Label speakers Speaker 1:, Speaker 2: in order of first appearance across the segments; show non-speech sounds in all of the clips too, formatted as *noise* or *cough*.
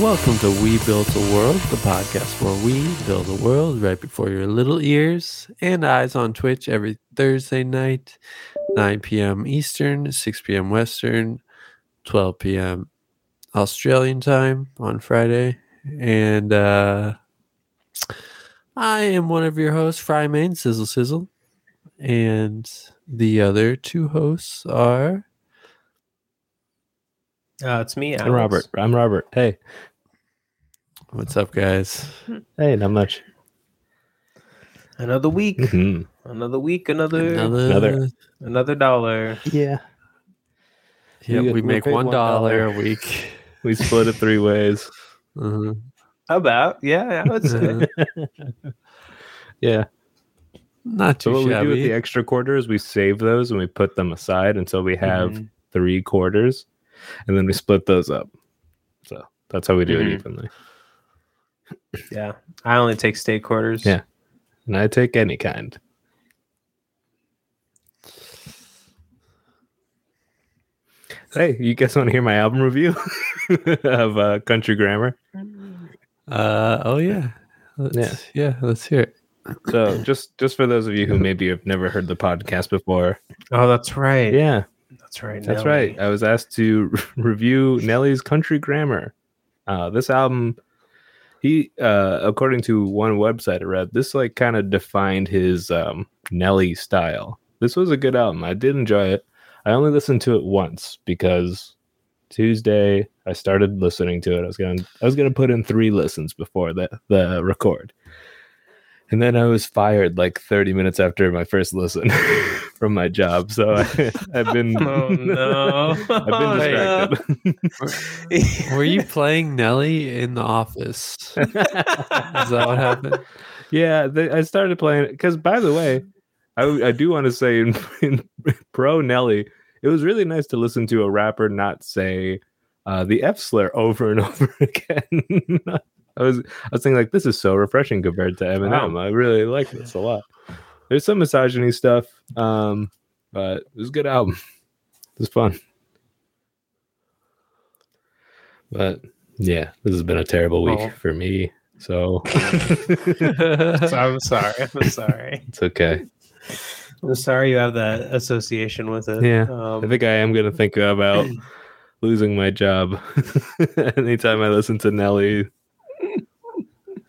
Speaker 1: Welcome to We Built a World, the podcast where we build a world right before your little ears and eyes on Twitch every Thursday night, 9 p.m. Eastern, 6 p.m. Western, 12 p.m. Australian time on Friday. And uh, I am one of your hosts, Fry Main, Sizzle Sizzle. And the other two hosts are
Speaker 2: Uh, it's me, Alex.
Speaker 3: I'm Robert. I'm Robert. Hey,
Speaker 1: what's up, guys?
Speaker 3: hey, not much.
Speaker 2: Another
Speaker 3: *laughs*
Speaker 2: week,
Speaker 3: Mhm.
Speaker 2: another week, another another,
Speaker 3: Another-
Speaker 2: dollar.
Speaker 3: Yeah,
Speaker 1: Yeah,
Speaker 3: We-
Speaker 1: we
Speaker 3: we
Speaker 1: make
Speaker 3: paid
Speaker 1: one
Speaker 3: $1
Speaker 1: dollar a week.
Speaker 3: we split it three ways.
Speaker 1: *laughs* Uh-huh.
Speaker 2: About yeah, I would say.
Speaker 3: Yeah.
Speaker 1: Not
Speaker 3: So
Speaker 1: too
Speaker 3: what we do with
Speaker 1: shabby.
Speaker 3: the extra quarters, we save those and we put them aside until we *laughs* have
Speaker 2: Mm-hmm. mm,
Speaker 3: three quarters, and then we split those up. So that's how we do
Speaker 2: Mhm.
Speaker 3: it evenly.
Speaker 2: yeah, I only take state quarters.
Speaker 3: Yeah. And I take any kind. Hey, you guys want to hear my album review *laughs* of uh, Country Grammar?
Speaker 1: Uh, oh yeah, let's, yeah, Let's hear it.
Speaker 3: So just just for those of you who maybe have never heard the podcast before,
Speaker 2: Oh, that's right.
Speaker 3: yeah,
Speaker 2: That's right.
Speaker 3: That's
Speaker 2: Nelly.
Speaker 3: right. I was asked to *laughs* review Nelly's Country Grammar. Uh, this album, he, uh, according to one website I read, this like kind of defined his um, Nelly style. This was a good album. I did enjoy it. I only listened to it once because Tuesday I started listening to it. I was gonna I was gonna put in three listens before the the record. And then I was fired like 30 minutes after my first listen *laughs* from my job. So I, I've been
Speaker 2: *laughs* Oh
Speaker 3: *laughs*
Speaker 2: no!
Speaker 3: I've been
Speaker 2: *laughs* Oh,
Speaker 3: distracted.
Speaker 2: *laughs* no.
Speaker 1: Were you playing Nelly in the office? Is that what
Speaker 2: *laughs*
Speaker 1: happened? *laughs*
Speaker 3: yeah, they, I started playing it because, by the way, I, I do want to say in, *laughs* in pro Nelly, it was really nice to listen to a rapper not say uh, the F slur over and *laughs* over again. I was I was thinking like this is so refreshing compared to Eminem. I really like this a lot. There's some misogyny stuff, um, but it was a good album. It was fun. But yeah, this has been a terrible week
Speaker 2: Oh.
Speaker 3: for me. So
Speaker 2: So I'm sorry. I'm sorry.
Speaker 3: It's okay.
Speaker 2: I'm sorry you have that association with it.
Speaker 3: Yeah. I
Speaker 2: Um,
Speaker 3: think I am going to think about losing my job *laughs* anytime I listen to Nelly.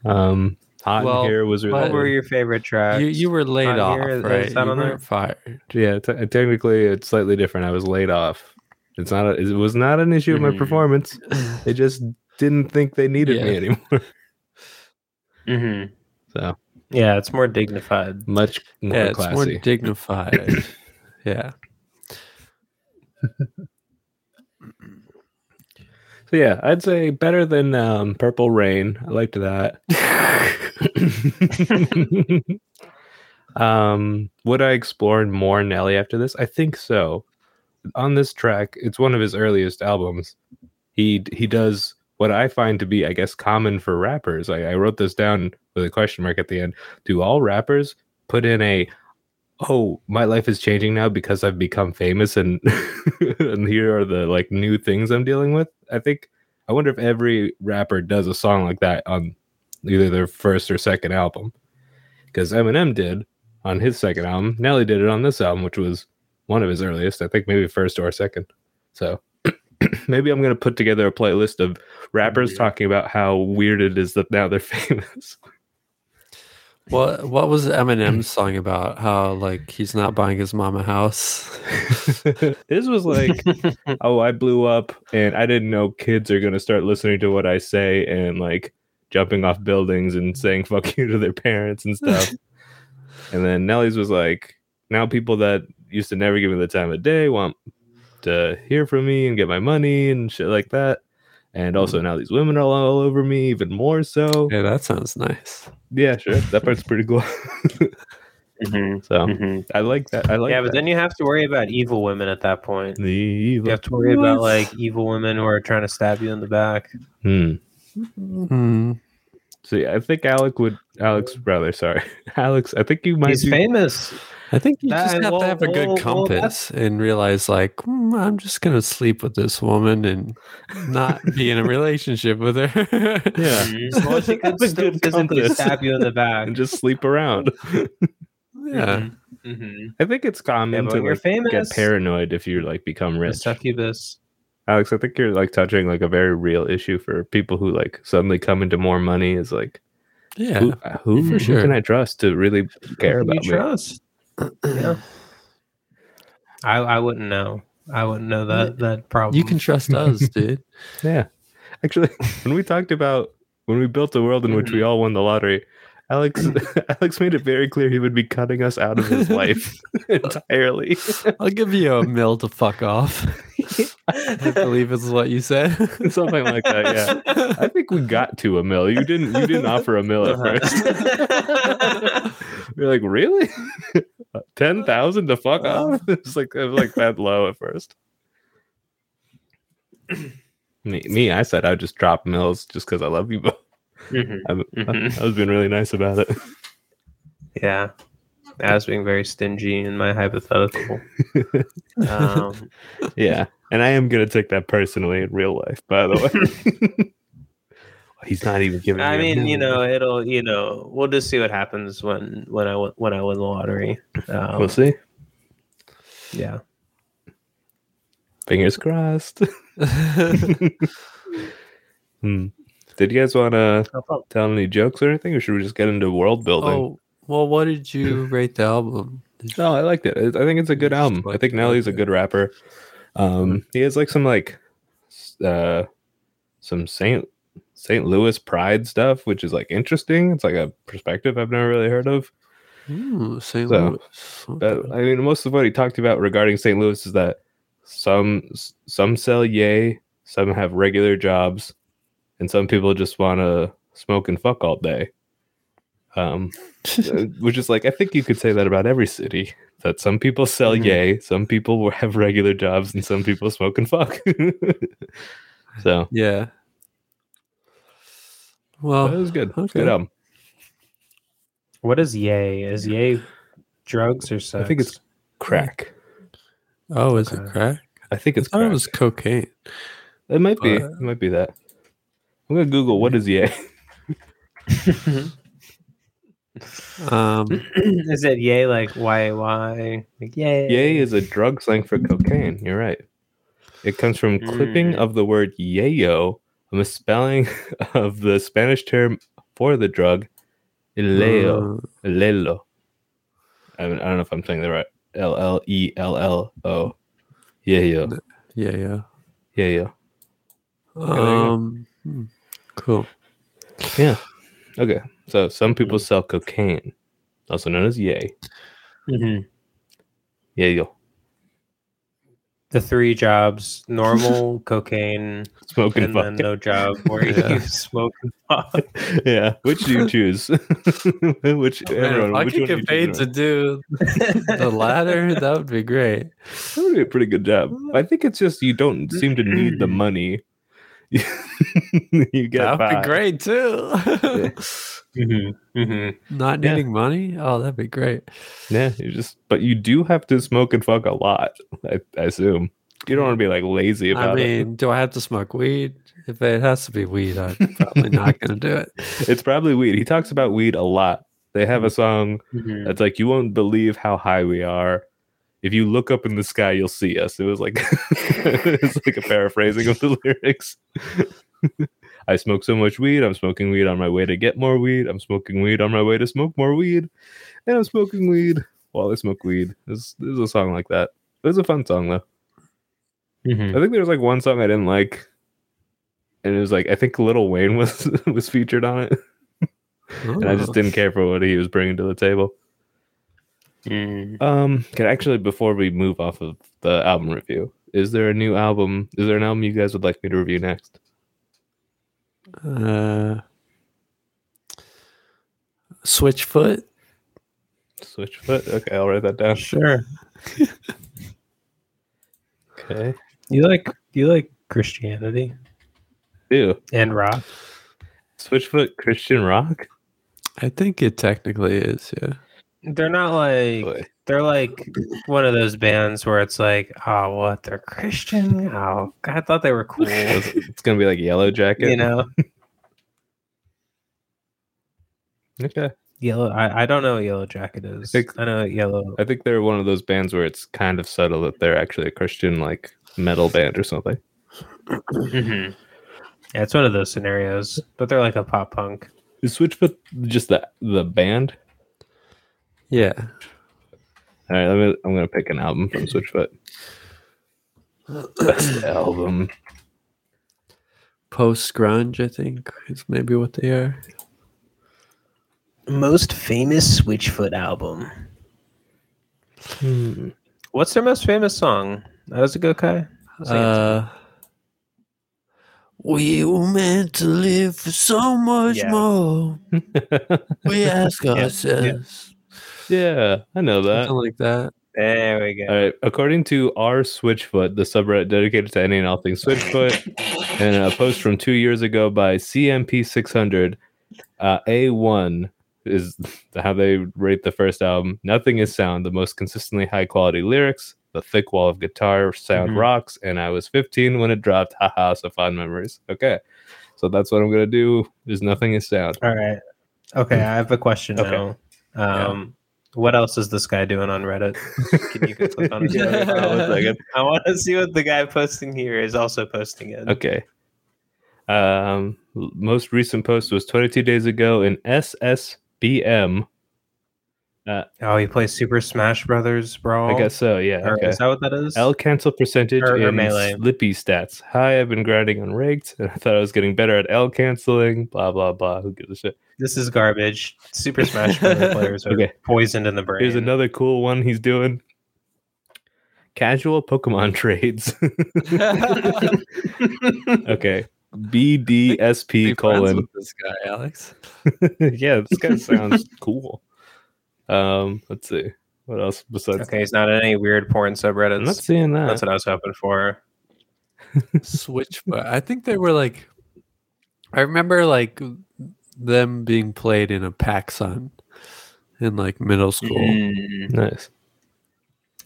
Speaker 3: Um, Hot
Speaker 1: Well,
Speaker 3: in Here was
Speaker 1: but-
Speaker 2: what
Speaker 3: really.
Speaker 2: were your favorite tracks?
Speaker 1: You you were laid
Speaker 2: On
Speaker 1: off,
Speaker 2: here, is
Speaker 1: right? You
Speaker 2: that on there?
Speaker 1: weren't
Speaker 2: *laughs*
Speaker 1: fired.
Speaker 3: yeah, te- technically, it's slightly different. I was laid off. It's not. A, it was not an issue with
Speaker 1: Mhm.
Speaker 3: my performance. They just didn't think they needed
Speaker 1: Yeah.
Speaker 3: me anymore.
Speaker 2: Mm-hmm.
Speaker 3: So
Speaker 2: Yeah, it's more dignified.
Speaker 3: much more
Speaker 1: yeah, it's more
Speaker 2: *laughs*
Speaker 3: classy.
Speaker 1: dignified. yeah.
Speaker 3: so yeah, I'd say better than um, Purple Rain. I liked that. um, would I explore more Nelly after this? I think so. On this track, it's one of his earliest albums. He he does what I find to be, I guess, common for rappers. I, I wrote this down with a question mark at the end. Do all rappers put in a oh my life is changing now because i've become famous and *laughs* and here are the like new things i'm dealing with i think i wonder if every rapper does a song like that on either their first or second album because eminem did on his second album nelly did it on this album which was one of his earliest i think maybe first or second so *clears throat* maybe i'm going to put together a playlist of rappers talking about how weird it is that now they're *laughs* famous
Speaker 1: What what was Eminem's song about? How like he's not buying his mom a
Speaker 2: *laughs*
Speaker 1: house? *laughs*
Speaker 3: *laughs* this was like oh i blew up and i didn't know kids are going to start listening to what i say and like jumping off buildings and saying *laughs* fuck you to their parents
Speaker 2: *laughs*
Speaker 3: and stuff and then nelly's was like now people that used to never give me the time of day want to hear from me and get my money and shit like that and also now these women are all over me even more so
Speaker 1: yeah, that sounds nice.
Speaker 3: yeah sure that part's pretty cool *laughs*
Speaker 2: Mhm.
Speaker 3: so
Speaker 2: Mhm.
Speaker 3: i like that i Um, like
Speaker 2: yeah, but
Speaker 3: that.
Speaker 2: then you have to worry about evil women at that point.
Speaker 3: the
Speaker 2: You
Speaker 3: evil
Speaker 2: have to worry about
Speaker 1: What?
Speaker 2: like evil women who are trying to stab you in the back.
Speaker 3: Hmm.
Speaker 1: Mm,
Speaker 3: See, I think Alec would Alex brother, sorry. *laughs* Alex, I think you might
Speaker 2: He's
Speaker 3: do-
Speaker 2: famous.
Speaker 1: I think you
Speaker 2: That-
Speaker 1: just have
Speaker 2: well,
Speaker 1: to have a good
Speaker 2: well, well,
Speaker 1: compass and realize, like, "Hmm, I'm just gonna sleep with this woman and not be
Speaker 2: *laughs*
Speaker 1: in a relationship with her.
Speaker 3: Yeah.
Speaker 2: Well,
Speaker 3: *laughs*
Speaker 2: she could
Speaker 3: That's a
Speaker 2: still
Speaker 3: good
Speaker 2: physically
Speaker 3: compass.
Speaker 2: stab you in the back.
Speaker 3: *laughs* And just
Speaker 2: *laughs*
Speaker 3: sleep around.
Speaker 1: *laughs* yeah.
Speaker 2: Mhm.
Speaker 3: I think it's
Speaker 2: Yeah,
Speaker 3: common
Speaker 2: but
Speaker 3: to
Speaker 2: when you're
Speaker 3: Mm-hmm. like, get
Speaker 2: famous.
Speaker 3: paranoid if you like become
Speaker 2: a
Speaker 3: rich.
Speaker 2: succubus.
Speaker 3: Alex, I think you're like touching like a very real issue for people who like suddenly come into more money is like
Speaker 1: yeah.
Speaker 3: who, uh, who,
Speaker 1: for
Speaker 3: who
Speaker 1: sure.
Speaker 3: can I trust to really care
Speaker 2: Who do
Speaker 3: about me?
Speaker 2: you trust?
Speaker 3: *clears throat*
Speaker 2: yeah. I I wouldn't know. I wouldn't know that that problem.
Speaker 1: You can trust us, dude.
Speaker 3: Yeah. Actually, *laughs* when we talked about when we built the world in which we
Speaker 2: Mm-hmm.
Speaker 3: all won the lottery, Alex *laughs* Alex made it very clear he would be cutting us out of
Speaker 2: *laughs*
Speaker 3: his life *laughs* entirely.
Speaker 1: I'll give you a mill to fuck off. *laughs* I believe is what you said. *laughs*
Speaker 3: *laughs* Something like that, yeah. I think we got to a mill. You didn't
Speaker 2: *laughs*
Speaker 3: you didn't offer a mill at
Speaker 2: Uh-huh.
Speaker 3: first. *laughs*
Speaker 1: *laughs*
Speaker 3: You're like, really? *laughs* Uh, Ten
Speaker 2: Uh,
Speaker 3: thousand to fuck
Speaker 2: uh-huh.
Speaker 3: off? *laughs* It's like it was like that low at
Speaker 2: *clears throat*
Speaker 3: first. Me, me, I said I would just drop mills just because I love
Speaker 2: *laughs*
Speaker 3: you both.
Speaker 2: Mhm.
Speaker 3: I,
Speaker 2: Mhm.
Speaker 3: I was being really nice about it.
Speaker 2: Yeah. I was being very stingy in my
Speaker 3: *laughs*
Speaker 2: hypothetical. um,
Speaker 3: Yeah. And I am going to take that personally in real life, by the
Speaker 2: *laughs*
Speaker 3: way. *laughs* He's not even giving
Speaker 2: I
Speaker 3: me a
Speaker 2: mean, you
Speaker 3: movie.
Speaker 2: know, it'll, you know, we'll just see what happens when when I win- when I win the lottery. Um,
Speaker 3: We'll see.
Speaker 2: Yeah.
Speaker 3: Fingers crossed. *laughs* Hmm. Did you guys want to tell any jokes or anything, or should we just get into world building?
Speaker 1: oh, well, what did
Speaker 3: *clears throat*
Speaker 1: you rate the album? Did you-
Speaker 3: No, I liked it. I I think it's a good
Speaker 1: Just
Speaker 3: album. I
Speaker 1: like Mm-hmm.
Speaker 3: think Nelly's a
Speaker 1: that.
Speaker 3: good rapper. Um, he has like some like s- uh, some Saint St. Louis pride stuff, which is like interesting. It's like a perspective I've never really heard of.
Speaker 1: Ooh, St.
Speaker 3: So,
Speaker 1: Hmm, Louis.
Speaker 3: But
Speaker 1: *laughs*
Speaker 3: I mean, most of what he talked about regarding St. Louis is that some some sell yay, some have regular jobs, and some people just want to smoke and fuck all day. Um, uh, which is like I think you could say that about every city. That some people sell
Speaker 1: Mm-hmm.
Speaker 2: Mhm.
Speaker 3: yay, some people *laughs* will have regular jobs, and some people smoke and fuck. *laughs* so
Speaker 1: yeah. Well,
Speaker 3: that was good.
Speaker 1: Oh, okay.
Speaker 3: Good album.
Speaker 2: What is yay? Is yay drugs or sex?
Speaker 3: I think it's crack.
Speaker 1: oh, is it
Speaker 2: okay.
Speaker 1: crack?
Speaker 3: I think it's.
Speaker 1: I thought
Speaker 3: crack.
Speaker 1: it was cocaine.
Speaker 3: It might be.
Speaker 1: But-
Speaker 3: It might be that. I'm gonna Google what
Speaker 1: *laughs*
Speaker 3: is yay.
Speaker 2: Mm-hmm.
Speaker 1: Um,
Speaker 2: is it yay like why why like yay
Speaker 3: Yay is a drug slang for cocaine. You're right. It comes from clipping
Speaker 2: Mm.
Speaker 3: of the word yayo, a misspelling *laughs* of the Spanish term for the drug, ileo.
Speaker 1: uh,
Speaker 3: Lelo. I, mean, I don't know if I'm saying that right. L L E L L O. Yayo.
Speaker 1: yeah, yeah.
Speaker 3: Yayo. there you go.
Speaker 1: Um, hmm, cool.
Speaker 3: Okay. So some people sell cocaine, also known as yay.
Speaker 2: Mhm.
Speaker 3: Yayo.
Speaker 2: the three jobs
Speaker 3: *laughs*
Speaker 2: normal cocaine
Speaker 3: Smoke and
Speaker 2: and
Speaker 3: fuck.
Speaker 2: then no job
Speaker 3: *laughs*
Speaker 2: where
Speaker 1: Yeah.
Speaker 2: you smoke and fuck
Speaker 1: uh,
Speaker 3: yeah. Which do you choose? *laughs* which everyone?
Speaker 1: if I
Speaker 3: which
Speaker 1: could
Speaker 3: one do
Speaker 1: get
Speaker 3: you
Speaker 1: paid
Speaker 3: choose?
Speaker 1: to do *laughs* the latter, that would be great.
Speaker 3: That would be a pretty good job. I think it's just you don't seem to need the money. *laughs* you
Speaker 1: That
Speaker 3: get
Speaker 1: would
Speaker 3: by.
Speaker 1: be great too.
Speaker 2: Mhm. Mhm.
Speaker 1: *laughs* Not
Speaker 3: Yeah.
Speaker 1: needing money? Oh, that'd be great.
Speaker 3: Yeah, you just but you do have to smoke and fuck a lot. I, I assume you don't want to be like lazy about
Speaker 1: I
Speaker 3: it.
Speaker 1: mean, do I have to smoke weed? If it has to be weed, I'm probably not going to do it.
Speaker 3: It's probably weed. He talks about weed a lot. They have a song
Speaker 2: Mhm.
Speaker 3: that's like you won't believe how high we are. If you look up in the sky, you'll see us. It was like *laughs* it's like a paraphrasing of the *laughs* lyrics. I smoke so much weed. I'm smoking weed on my way to get more weed. I'm smoking weed on my way to smoke more weed, and I'm smoking weed while I smoke weed. There's, there's a song like that. It was a fun song though.
Speaker 2: Mhm.
Speaker 3: I think there was like one song I didn't like, and it was like I think Little Wayne *laughs* was was featured on it, and I just
Speaker 1: Oh.
Speaker 3: didn't care for what he was bringing to the table.
Speaker 2: Mhm.
Speaker 3: Um, can actually before we move off of the album review, is there a new album? Is there an album you guys would like me to review next?
Speaker 1: Uh, Switchfoot.
Speaker 3: Switchfoot. Okay, I'll write that down.
Speaker 2: sure
Speaker 3: Okay.
Speaker 2: you like you like christianity
Speaker 3: Ew.
Speaker 2: and rock
Speaker 3: Switchfoot Christian rock?
Speaker 1: I think it technically is, yeah.
Speaker 2: They're not like
Speaker 3: Boy.
Speaker 2: they're like one of those bands where it's like, oh, what they're Christian? Oh, I thought they were cool.
Speaker 3: *laughs* It's it's gonna be like Yellow Jacket.
Speaker 2: you know,
Speaker 3: Okay.
Speaker 2: yellow. I, I don't know what Yellow Jacket is.
Speaker 3: think-
Speaker 2: I know what yellow.
Speaker 3: I think they're one of those bands where it's kind of subtle that they're actually a Christian like metal band or something.
Speaker 2: Mhm. Yeah, it's one of those scenarios, but they're like a pop punk.
Speaker 3: Is Switchfoot just the the band?
Speaker 1: Yeah.
Speaker 3: All right, let me, I'm gonna pick an album from Switchfoot. Best album.
Speaker 1: Post grunge, I think, is maybe what they are.
Speaker 2: Most famous Switchfoot album.
Speaker 3: Hmm.
Speaker 2: What's their most famous song? How does it go, Kai? Sing it.
Speaker 1: Uh, we were meant to live for so much
Speaker 2: Yeah.
Speaker 1: more. *laughs* We ask ourselves.
Speaker 3: *laughs* yeah, I know that.
Speaker 1: Something like *laughs* that.
Speaker 2: there we go.
Speaker 3: All right. According to our Switchfoot, the subreddit dedicated to any and all things Switchfoot, and a post from two years ago by CMP600, uh, A1 is how they rate the first album. Nothing is sound, the most consistently high quality lyrics, the thick wall of guitar sound
Speaker 2: Mhm.
Speaker 3: rocks, and I was 15 when it dropped. Haha, so fond memories. Okay. So that's what I'm going to do. Is nothing is sound.
Speaker 2: All right. Okay, I have a question
Speaker 3: Okay.
Speaker 2: now. Um, What else is this guy doing on Reddit? Can you click on his
Speaker 3: *laughs* Yeah,
Speaker 2: Reddit
Speaker 3: hold on
Speaker 2: profile?
Speaker 3: a second.
Speaker 2: I want to see what the guy posting here is also posting in.
Speaker 3: Okay. Um, l- most recent post was 22 days ago in SSBM.
Speaker 2: Oh, he plays Super Smash Brothers Brawl.
Speaker 3: I guess so. Yeah.
Speaker 2: Or
Speaker 3: Okay.
Speaker 2: Is that what that is?
Speaker 3: L cancel percentage
Speaker 2: Or- or
Speaker 3: in
Speaker 2: melee.
Speaker 3: Slippy stats. Hi, I've been grinding on raked, and *laughs* I thought I was getting better at L canceling. Blah blah blah. Who gives a shit?
Speaker 2: this is garbage. Super Smash Brothers
Speaker 3: *laughs*
Speaker 2: players are
Speaker 3: Okay.
Speaker 2: poisoned in the brain.
Speaker 3: Here's another cool one he's doing. Casual Pokemon *laughs* trades. okay.
Speaker 1: Be
Speaker 3: BDSP
Speaker 1: friends
Speaker 3: colon
Speaker 1: with this guy, Alex.
Speaker 3: *laughs* yeah, this
Speaker 2: *laughs*
Speaker 3: guy sounds cool. Um, let's see what else besides.
Speaker 2: *laughs* Okay, he's not in any weird porn subreddits.
Speaker 3: I'm not seeing that.
Speaker 2: That's what I was hoping for.
Speaker 1: Switch, but I think they were like, I remember like them being played in a Paxson in like middle school.
Speaker 2: Mm.
Speaker 3: nice.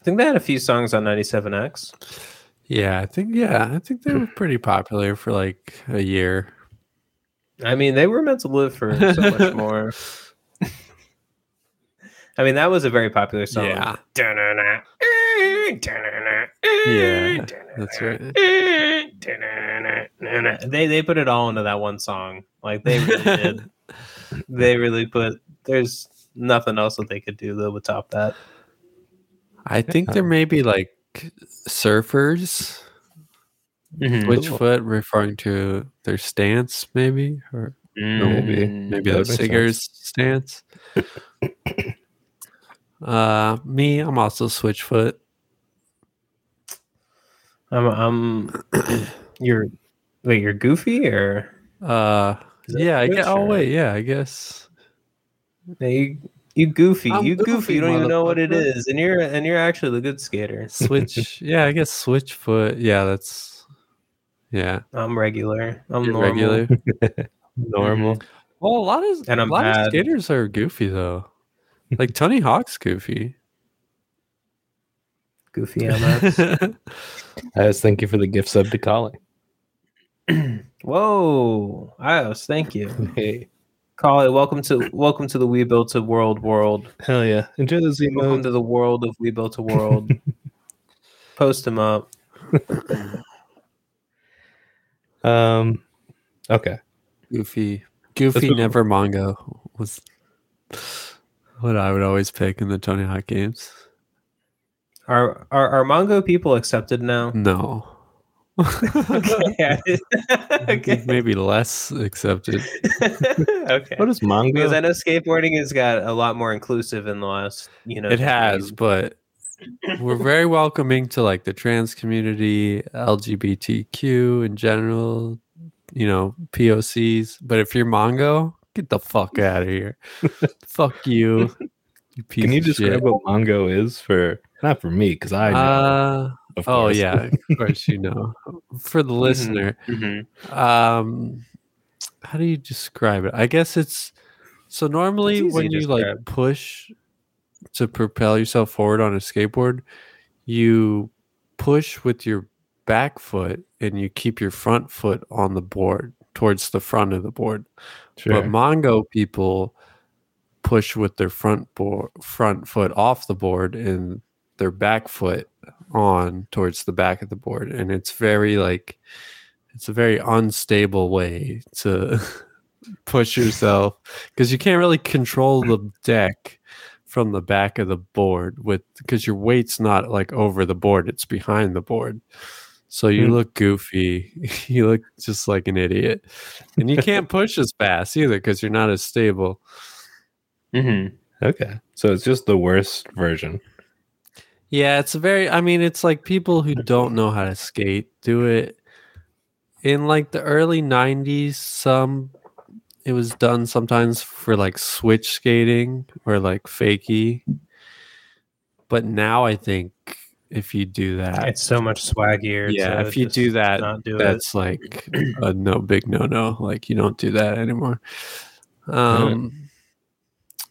Speaker 2: I think they had a few songs on 97X.
Speaker 1: Yeah, I think yeah, I think they were pretty popular for like a year.
Speaker 2: I mean, they were meant to live for so
Speaker 3: *laughs*
Speaker 2: much more. I mean, that was a very popular song.
Speaker 1: Yeah.
Speaker 2: Dun-dun-dun, eh, dun-dun-dun, eh,
Speaker 1: Yeah,
Speaker 2: dun-dun-dun,
Speaker 1: that's right.
Speaker 2: eh, dun-dun-dun, dun-dun. They they put it all into that one song. Like they
Speaker 1: *laughs*
Speaker 2: *laughs* really did. They really put. There's nothing else that they could do that would top that.
Speaker 1: I think there may be like surfers,
Speaker 2: Mm.
Speaker 1: Mm-hmm. Switchfoot referring to their stance, maybe, or
Speaker 3: Maybe.
Speaker 2: Mm.
Speaker 1: maybe
Speaker 3: that
Speaker 1: the
Speaker 3: would make
Speaker 1: singer's stance.
Speaker 2: *coughs*
Speaker 1: uh, me, I'm also Switchfoot.
Speaker 2: I'm. I'm. *clears throat* You're. Wait, you're goofy or?
Speaker 1: Uh,
Speaker 2: Is that
Speaker 1: yeah, I
Speaker 2: Switch
Speaker 1: guess. Oh
Speaker 2: or-
Speaker 1: wait, yeah, I guess.
Speaker 2: No, you you goofy.
Speaker 1: I'm
Speaker 2: you goofy. You
Speaker 1: goofy,
Speaker 2: don't even know what it
Speaker 1: motherfucker.
Speaker 2: is, and you're and you're actually the good skater. *laughs*
Speaker 1: Switch. yeah, I guess Switchfoot. Yeah, that's. Yeah,
Speaker 2: I'm regular. I'm
Speaker 1: you're
Speaker 2: normal.
Speaker 1: regular.
Speaker 2: *laughs*
Speaker 3: Normal.
Speaker 1: Well, a lot of
Speaker 2: And I'm
Speaker 1: a lot
Speaker 2: bad.
Speaker 1: of skaters are goofy though. Like Tony Hawk's goofy.
Speaker 2: Goofy MS.
Speaker 1: *laughs*
Speaker 2: Mm-hmm.
Speaker 3: I was thank you for the gift sub to Colin.
Speaker 2: *laughs* Whoa, Ios, thank you,
Speaker 3: *laughs* Hey,
Speaker 2: Collie. Welcome to welcome to the We Built a World world.
Speaker 3: hell yeah! Enjoy those
Speaker 2: Welcome
Speaker 3: emotes.
Speaker 2: to the world of We Built a World. *laughs* Post them up.
Speaker 3: Um, okay.
Speaker 1: goofy. Goofy
Speaker 3: what-
Speaker 1: never Mongo was what I would always pick in the Tony Hawk games.
Speaker 2: Are are are Mongo people
Speaker 1: *laughs*
Speaker 2: accepted now? *laughs*
Speaker 1: No.
Speaker 2: okay. okay.
Speaker 1: Maybe less accepted.
Speaker 2: *laughs* okay.
Speaker 3: What is
Speaker 2: Because I
Speaker 3: Mongo?
Speaker 2: know skateboarding has got a lot more inclusive in the last, you know.
Speaker 1: It has, but we're very welcoming to like the trans community, LGBTQ in general, you know, POCs. But if you're Mongo, get the fuck
Speaker 3: *laughs*
Speaker 1: out of here. fuck you. you piece
Speaker 3: Can you
Speaker 1: of
Speaker 3: describe
Speaker 1: shit.
Speaker 3: what Mongo is for? Not for me, because I. Know,
Speaker 1: Uh,
Speaker 3: of
Speaker 1: oh
Speaker 3: course. Mm-hmm.
Speaker 2: Mm-hmm.
Speaker 1: yeah, of course you know. For the listener,
Speaker 2: Mhm.
Speaker 1: um, how do you describe it? I guess it's so normally
Speaker 2: It's easy
Speaker 1: when
Speaker 2: to
Speaker 1: you like
Speaker 2: describe.
Speaker 1: push to propel yourself forward on a skateboard, you push with your back foot and you keep your front foot on the board towards the front of the board.
Speaker 3: Sure.
Speaker 1: But Mongo people push with their front board, front foot off the board and their back foot on towards the back of the board, and it's very like it's a very unstable way to *laughs* push yourself because you can't really control the deck from the back of the board with because your weight's not like over the board it's behind the board so you
Speaker 3: Hmm.
Speaker 1: look goofy *laughs* you look just like an idiot and you can't push as fast either because you're not as stable
Speaker 2: Mm-hmm.
Speaker 3: okay. So it's just the worst version.
Speaker 1: yeah it's a very i mean it's like people who don't know how to skate do it in like the early 90s some it was done sometimes for like switch skating or like fakie but now i think if you do that
Speaker 2: It's so much swaggier.
Speaker 1: yeah
Speaker 2: to
Speaker 1: if you
Speaker 2: just
Speaker 1: do that
Speaker 2: not do it.
Speaker 1: that's like
Speaker 3: *clears throat*
Speaker 1: a no big no no like you don't do that anymore um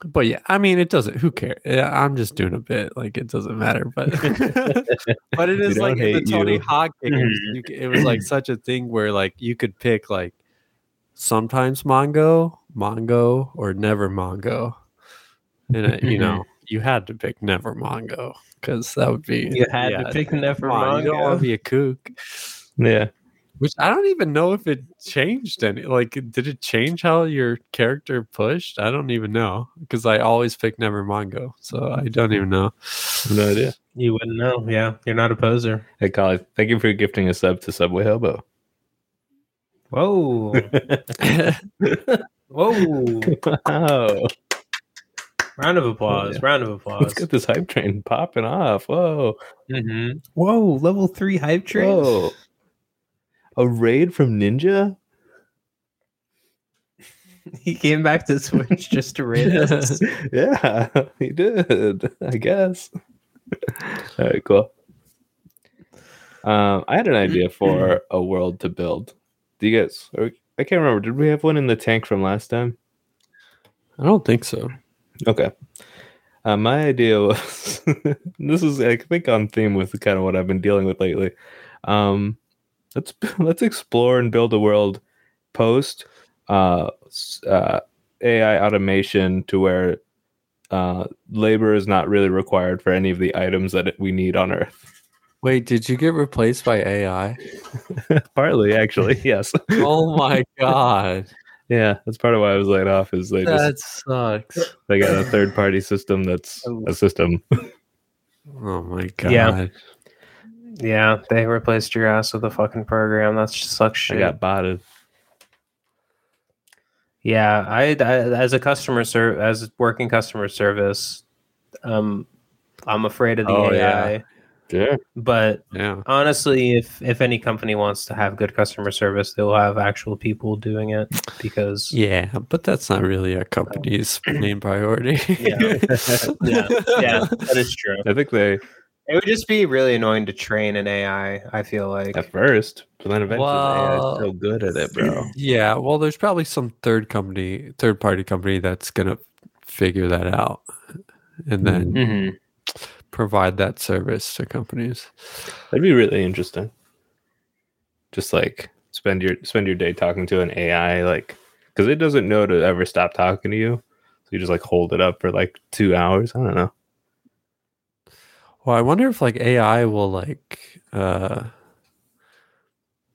Speaker 1: but yeah i mean it doesn't who cares Yeah, i'm just doing a bit like it doesn't matter but *laughs* but it
Speaker 3: *laughs* We
Speaker 1: is
Speaker 3: don't
Speaker 1: like in the
Speaker 3: hate
Speaker 1: tony
Speaker 3: you. *clears throat* Mm-hmm.
Speaker 1: hawk games you, c- it was like such a thing where like you could pick like sometimes mongo mongo or never mongo and uh, you
Speaker 3: Mm-hmm.
Speaker 2: Mhm.
Speaker 1: know you had to pick never mongo because that would be
Speaker 2: You had
Speaker 1: yeah,
Speaker 2: to pick never
Speaker 1: come on, you don't want
Speaker 2: Mongo.
Speaker 1: to be a kook
Speaker 3: Yeah.
Speaker 1: which I don't even know if it changed any. Like, did it change how your character pushed? I don't even know because I always pick Never Mongo, so I don't even know.
Speaker 3: No idea.
Speaker 2: You wouldn't know. Yeah, you're not a poser.
Speaker 3: Hey, Colin, thank you for gifting a sub to Subway *laughs* Hobo.
Speaker 1: *laughs*
Speaker 2: Whoa, whoa!
Speaker 3: wow.
Speaker 2: round of applause.
Speaker 3: Yeah.
Speaker 2: *laughs* Round of
Speaker 3: Let's
Speaker 2: applause.
Speaker 3: get this hype train popping off. Whoa.
Speaker 2: Mm-hmm. Whoa, level three hype train.
Speaker 3: Whoa. A raid from Ninja?
Speaker 2: *laughs* He came back to *laughs* Switch just to raid *laughs* us.
Speaker 3: *laughs* yeah, he did, I guess. All right, cool. Um, I had an idea for a world to build. Do you guys? Are we- I can't remember. Did we have one in the tank from last time?
Speaker 1: I don't think so.
Speaker 3: Okay. Uh, my idea was *laughs* this is I think on theme with kind of what I've been dealing with lately. Um, let's *laughs* let's explore and build a world post uh, s- uh, AI automation to where uh, labor is not really required for any of the items that it- we need on Earth. *laughs*
Speaker 1: Wait, did you get replaced by AI?
Speaker 3: Partly, actually, yes.
Speaker 1: Oh my god, *laughs*
Speaker 3: Yeah, that's part of why I was laid off. Is they just
Speaker 1: that sucks.
Speaker 3: they got a third party system that's a system.
Speaker 1: Oh my god.
Speaker 2: Yeah. Yeah, they replaced your ass with a fucking program. That's just sucks
Speaker 3: I
Speaker 2: shit.
Speaker 3: got botted.
Speaker 2: Yeah, I, I- as a customer serv as working customer service, um, I'm afraid of the
Speaker 3: Oh, yeah.
Speaker 2: AI.
Speaker 3: Yeah,
Speaker 2: But
Speaker 1: Yeah.
Speaker 2: honestly, if if any company wants to have good customer service, they'll have actual people doing it because
Speaker 1: Yeah, but that's not really a company's main priority. *laughs*
Speaker 2: Yeah. Yeah, yeah, *laughs* that is true.
Speaker 3: I think they
Speaker 2: It would just be really annoying to train an AI. I feel like
Speaker 3: at first, but then eventually
Speaker 1: Well-
Speaker 3: they got so good at it, bro.
Speaker 1: Yeah, well, there's probably some third company, third party company that's gonna figure that out and
Speaker 3: Mm.
Speaker 1: then
Speaker 2: Mhm.
Speaker 1: provide that service to companies.
Speaker 3: That'd be really interesting. Just like spend your spend your day talking to an AI, like because it doesn't know to ever stop talking to you. So you just like hold it up for like two hours. I don't know.
Speaker 1: Well, I wonder if like AI will like uh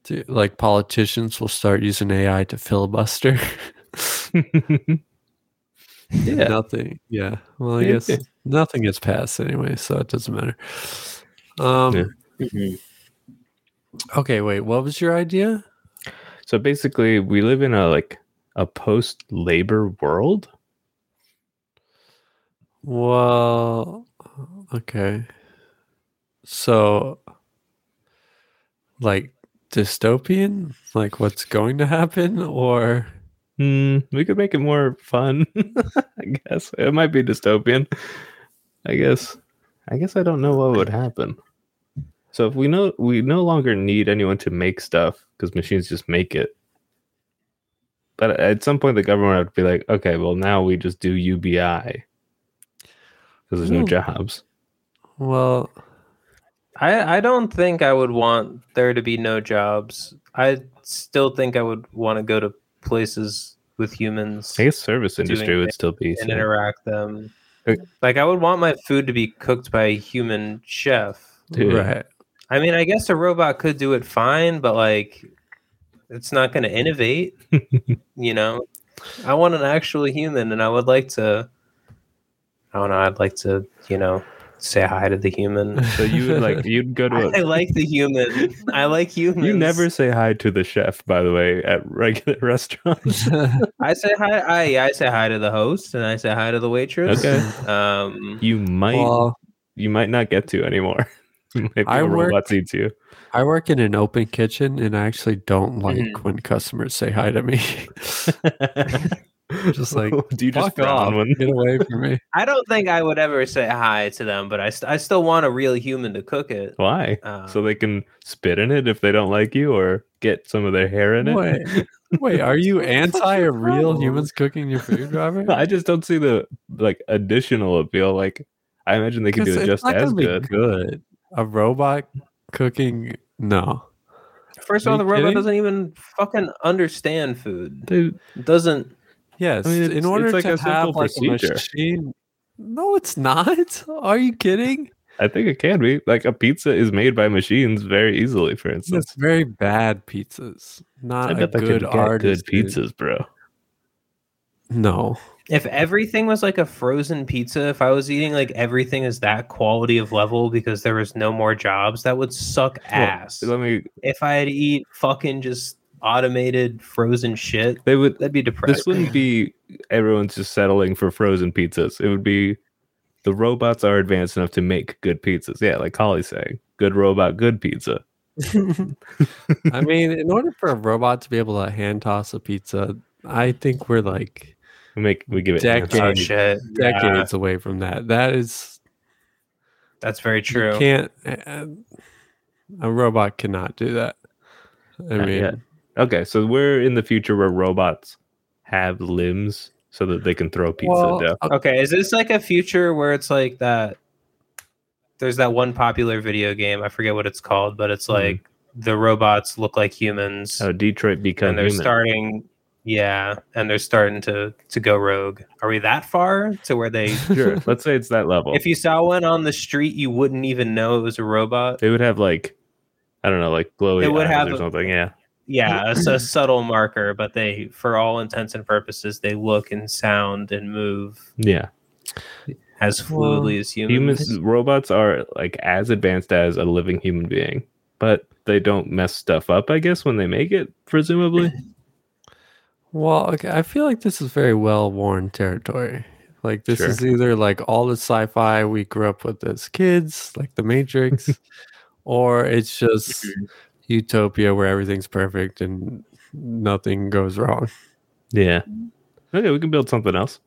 Speaker 1: do, like politicians will start using AI to filibuster. *laughs*
Speaker 3: yeah,
Speaker 1: Nothing. Yeah. Well, I
Speaker 3: Yeah, *laughs*
Speaker 1: guess
Speaker 3: yeah.
Speaker 1: nothing gets passed anyway, so it doesn't matter. Um
Speaker 3: Yeah.
Speaker 1: okay, wait, what was your idea?
Speaker 3: So basically, we live in a like a post labor world.
Speaker 1: Well, okay. So, like dystopian, like what's going to happen, or
Speaker 3: Hmm, we could make it more fun, *laughs* I guess. It might be dystopian. I guess. I guess I don't know what would happen. So if we know we no longer need anyone to make stuff because machines just make it. But at some point, the government would have to be like, okay, well, now we just do UBI because there's no
Speaker 1: Hmm.
Speaker 3: jobs.
Speaker 1: Well,
Speaker 2: I, I don't think I would want there to be no jobs. I still think I would want to go to places with humans
Speaker 3: I guess service
Speaker 2: Doing
Speaker 3: industry would still be.
Speaker 2: and
Speaker 3: so-
Speaker 2: interact them.
Speaker 3: Okay.
Speaker 2: Like I would want my food to be cooked by a human chef.
Speaker 3: Dude.
Speaker 1: right.
Speaker 2: I mean, I guess a robot could do it fine, but like it's not going to innovate, you know. I want an actual human and I would like to I don't know, I'd like to, you know, say hi to the human.
Speaker 3: So you would
Speaker 1: *laughs*
Speaker 3: like you'd go to
Speaker 2: I
Speaker 3: a,
Speaker 2: like the human. I like humans.
Speaker 3: you never say hi to the chef by the way at regular *laughs* restaurants.
Speaker 2: I say hi. I I say hi to the host and I say hi to the waitress.
Speaker 3: Okay.
Speaker 2: Um,
Speaker 3: You might
Speaker 1: well,
Speaker 3: you might not get to anymore. *laughs* You might be
Speaker 1: I
Speaker 3: a
Speaker 1: work-
Speaker 3: robot
Speaker 1: *laughs*
Speaker 3: eats you.
Speaker 1: I work in an open kitchen, and I actually don't like
Speaker 3: Mm-hmm.
Speaker 2: Mhm.
Speaker 1: when customers say hi to me. *laughs* Just like,
Speaker 3: *laughs* do you
Speaker 1: Fuck
Speaker 3: just frown
Speaker 1: off! *laughs*
Speaker 3: when
Speaker 1: Get away from
Speaker 3: *laughs*
Speaker 1: me.
Speaker 2: I don't think I would ever say hi to them, but I st- I still want a real human to cook it.
Speaker 3: why?
Speaker 2: Um,
Speaker 3: so they can spit in it if they don't like you or get some of their hair in it.
Speaker 1: Wait, wait, are you anti a real
Speaker 2: problem?
Speaker 1: humans cooking your food, Robert?
Speaker 3: *laughs* I just don't see the like additional appeal. Like I imagine they could do
Speaker 1: It's-
Speaker 3: it
Speaker 1: it's
Speaker 3: just
Speaker 1: not
Speaker 3: as
Speaker 1: gonna be
Speaker 3: good.
Speaker 1: good. A robot cooking? No.
Speaker 2: first
Speaker 3: Are
Speaker 2: of all,
Speaker 3: you
Speaker 2: the robot
Speaker 3: kidding?
Speaker 2: doesn't even fucking understand food.
Speaker 3: Dude,
Speaker 2: Doesn't
Speaker 1: Yes.
Speaker 3: mean,
Speaker 1: in
Speaker 3: it's-
Speaker 1: order
Speaker 3: it's like
Speaker 1: to
Speaker 3: a
Speaker 1: have
Speaker 3: simple
Speaker 1: like a
Speaker 3: procedure.
Speaker 1: machine. No, it's not. *laughs* Are you
Speaker 3: *laughs*
Speaker 1: kidding?
Speaker 3: I think it can be. Like a pizza is made by machines very easily, for instance.
Speaker 1: It's very bad pizzas. Not
Speaker 3: I
Speaker 1: a
Speaker 3: bet they
Speaker 1: good
Speaker 3: could get good
Speaker 1: artist. dude.
Speaker 3: pizzas, bro. *laughs*
Speaker 1: No.
Speaker 2: if everything was like a frozen pizza, if I was eating like everything is that quality of level because there was no more jobs, that would suck ass.
Speaker 3: Let me.
Speaker 2: if I had to eat fucking just automated frozen shit,
Speaker 3: They would.
Speaker 2: that'd be depressing.
Speaker 3: This wouldn't be everyone's just settling for frozen pizzas. It would be the robots are advanced enough to make good pizzas. Yeah, like Holly's saying, good robot, good pizza.
Speaker 1: I mean, in order for a robot to be able to hand toss a pizza, I think we're like
Speaker 3: We make we give it.
Speaker 1: Decade.
Speaker 2: oh
Speaker 3: hands-on.
Speaker 2: shit. Yeah,
Speaker 1: decades away from that. That is
Speaker 2: that's very
Speaker 1: you
Speaker 2: true.
Speaker 1: can't uh, a robot cannot do that. I
Speaker 3: Not
Speaker 1: mean,
Speaker 3: yet. Okay, so we're in the future where robots have limbs so that they can throw pizza
Speaker 1: well,
Speaker 3: dough.
Speaker 1: uh,
Speaker 2: Okay, is this like a future where it's like that? There's that one popular video game. I forget what it's called, but it's
Speaker 3: Mhm.
Speaker 2: like the robots look like humans,
Speaker 3: Oh, Detroit become
Speaker 2: and they're
Speaker 3: human. *laughs*
Speaker 2: starting. Yeah, and they're starting to to go rogue. Are we that far to where
Speaker 3: *laughs*
Speaker 2: they?
Speaker 3: sure, let's say it's that
Speaker 2: *laughs*
Speaker 3: level.
Speaker 2: if you saw one on the street, you wouldn't even know it was a robot.
Speaker 3: They would have like, I don't know, like glowy
Speaker 2: They would
Speaker 3: eyes
Speaker 2: have
Speaker 3: or
Speaker 2: a-
Speaker 3: something. Yeah,
Speaker 2: Yeah, it's a subtle marker, but they, for all intents and purposes, they look and sound and move
Speaker 3: yeah.
Speaker 2: as
Speaker 1: Well,
Speaker 2: fluidly as humans.
Speaker 3: Humans, robots are like as advanced as a living human being, but they don't mess stuff up. I guess when they make it, presumably.
Speaker 1: *laughs* well, okay, I feel like this is very well worn territory. Like this
Speaker 3: Sure.
Speaker 1: is either like all the sci-fi we grew up with as kids, like The
Speaker 3: *laughs*
Speaker 1: Matrix, or it's just utopia where everything's perfect and nothing goes wrong. *laughs*
Speaker 3: yeah. Okay, we can build something else.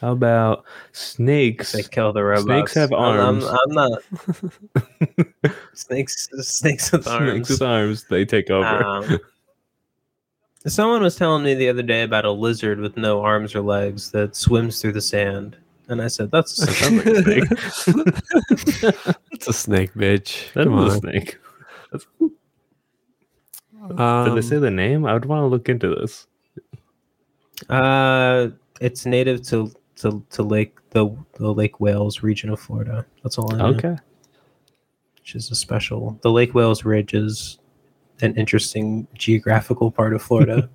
Speaker 3: How about snakes?
Speaker 2: They kill the robots.
Speaker 3: Snakes have
Speaker 2: I'm-
Speaker 3: arms.
Speaker 2: I'm, I'm not.
Speaker 3: *laughs*
Speaker 2: snakes, snakes with arms.
Speaker 3: Snakes with arms, they take *laughs* over.
Speaker 2: Um, someone was telling me the other day about a lizard with no arms or legs that swims through the sand, and I said,
Speaker 3: *laughs*
Speaker 2: "That's a snake."
Speaker 3: sounds like a snake.
Speaker 1: It's a snake, bitch.
Speaker 3: That
Speaker 1: Come
Speaker 3: was a
Speaker 1: on.
Speaker 3: snake. Did
Speaker 1: Um,
Speaker 3: they say the name? I would want to look into this.
Speaker 2: Uh, it's native to to, to Lake the the Lake Wales region of Florida. That's all I know.
Speaker 3: Okay.
Speaker 2: Which is a special. The Lake Wales Ridge is an interesting geographical part of Florida.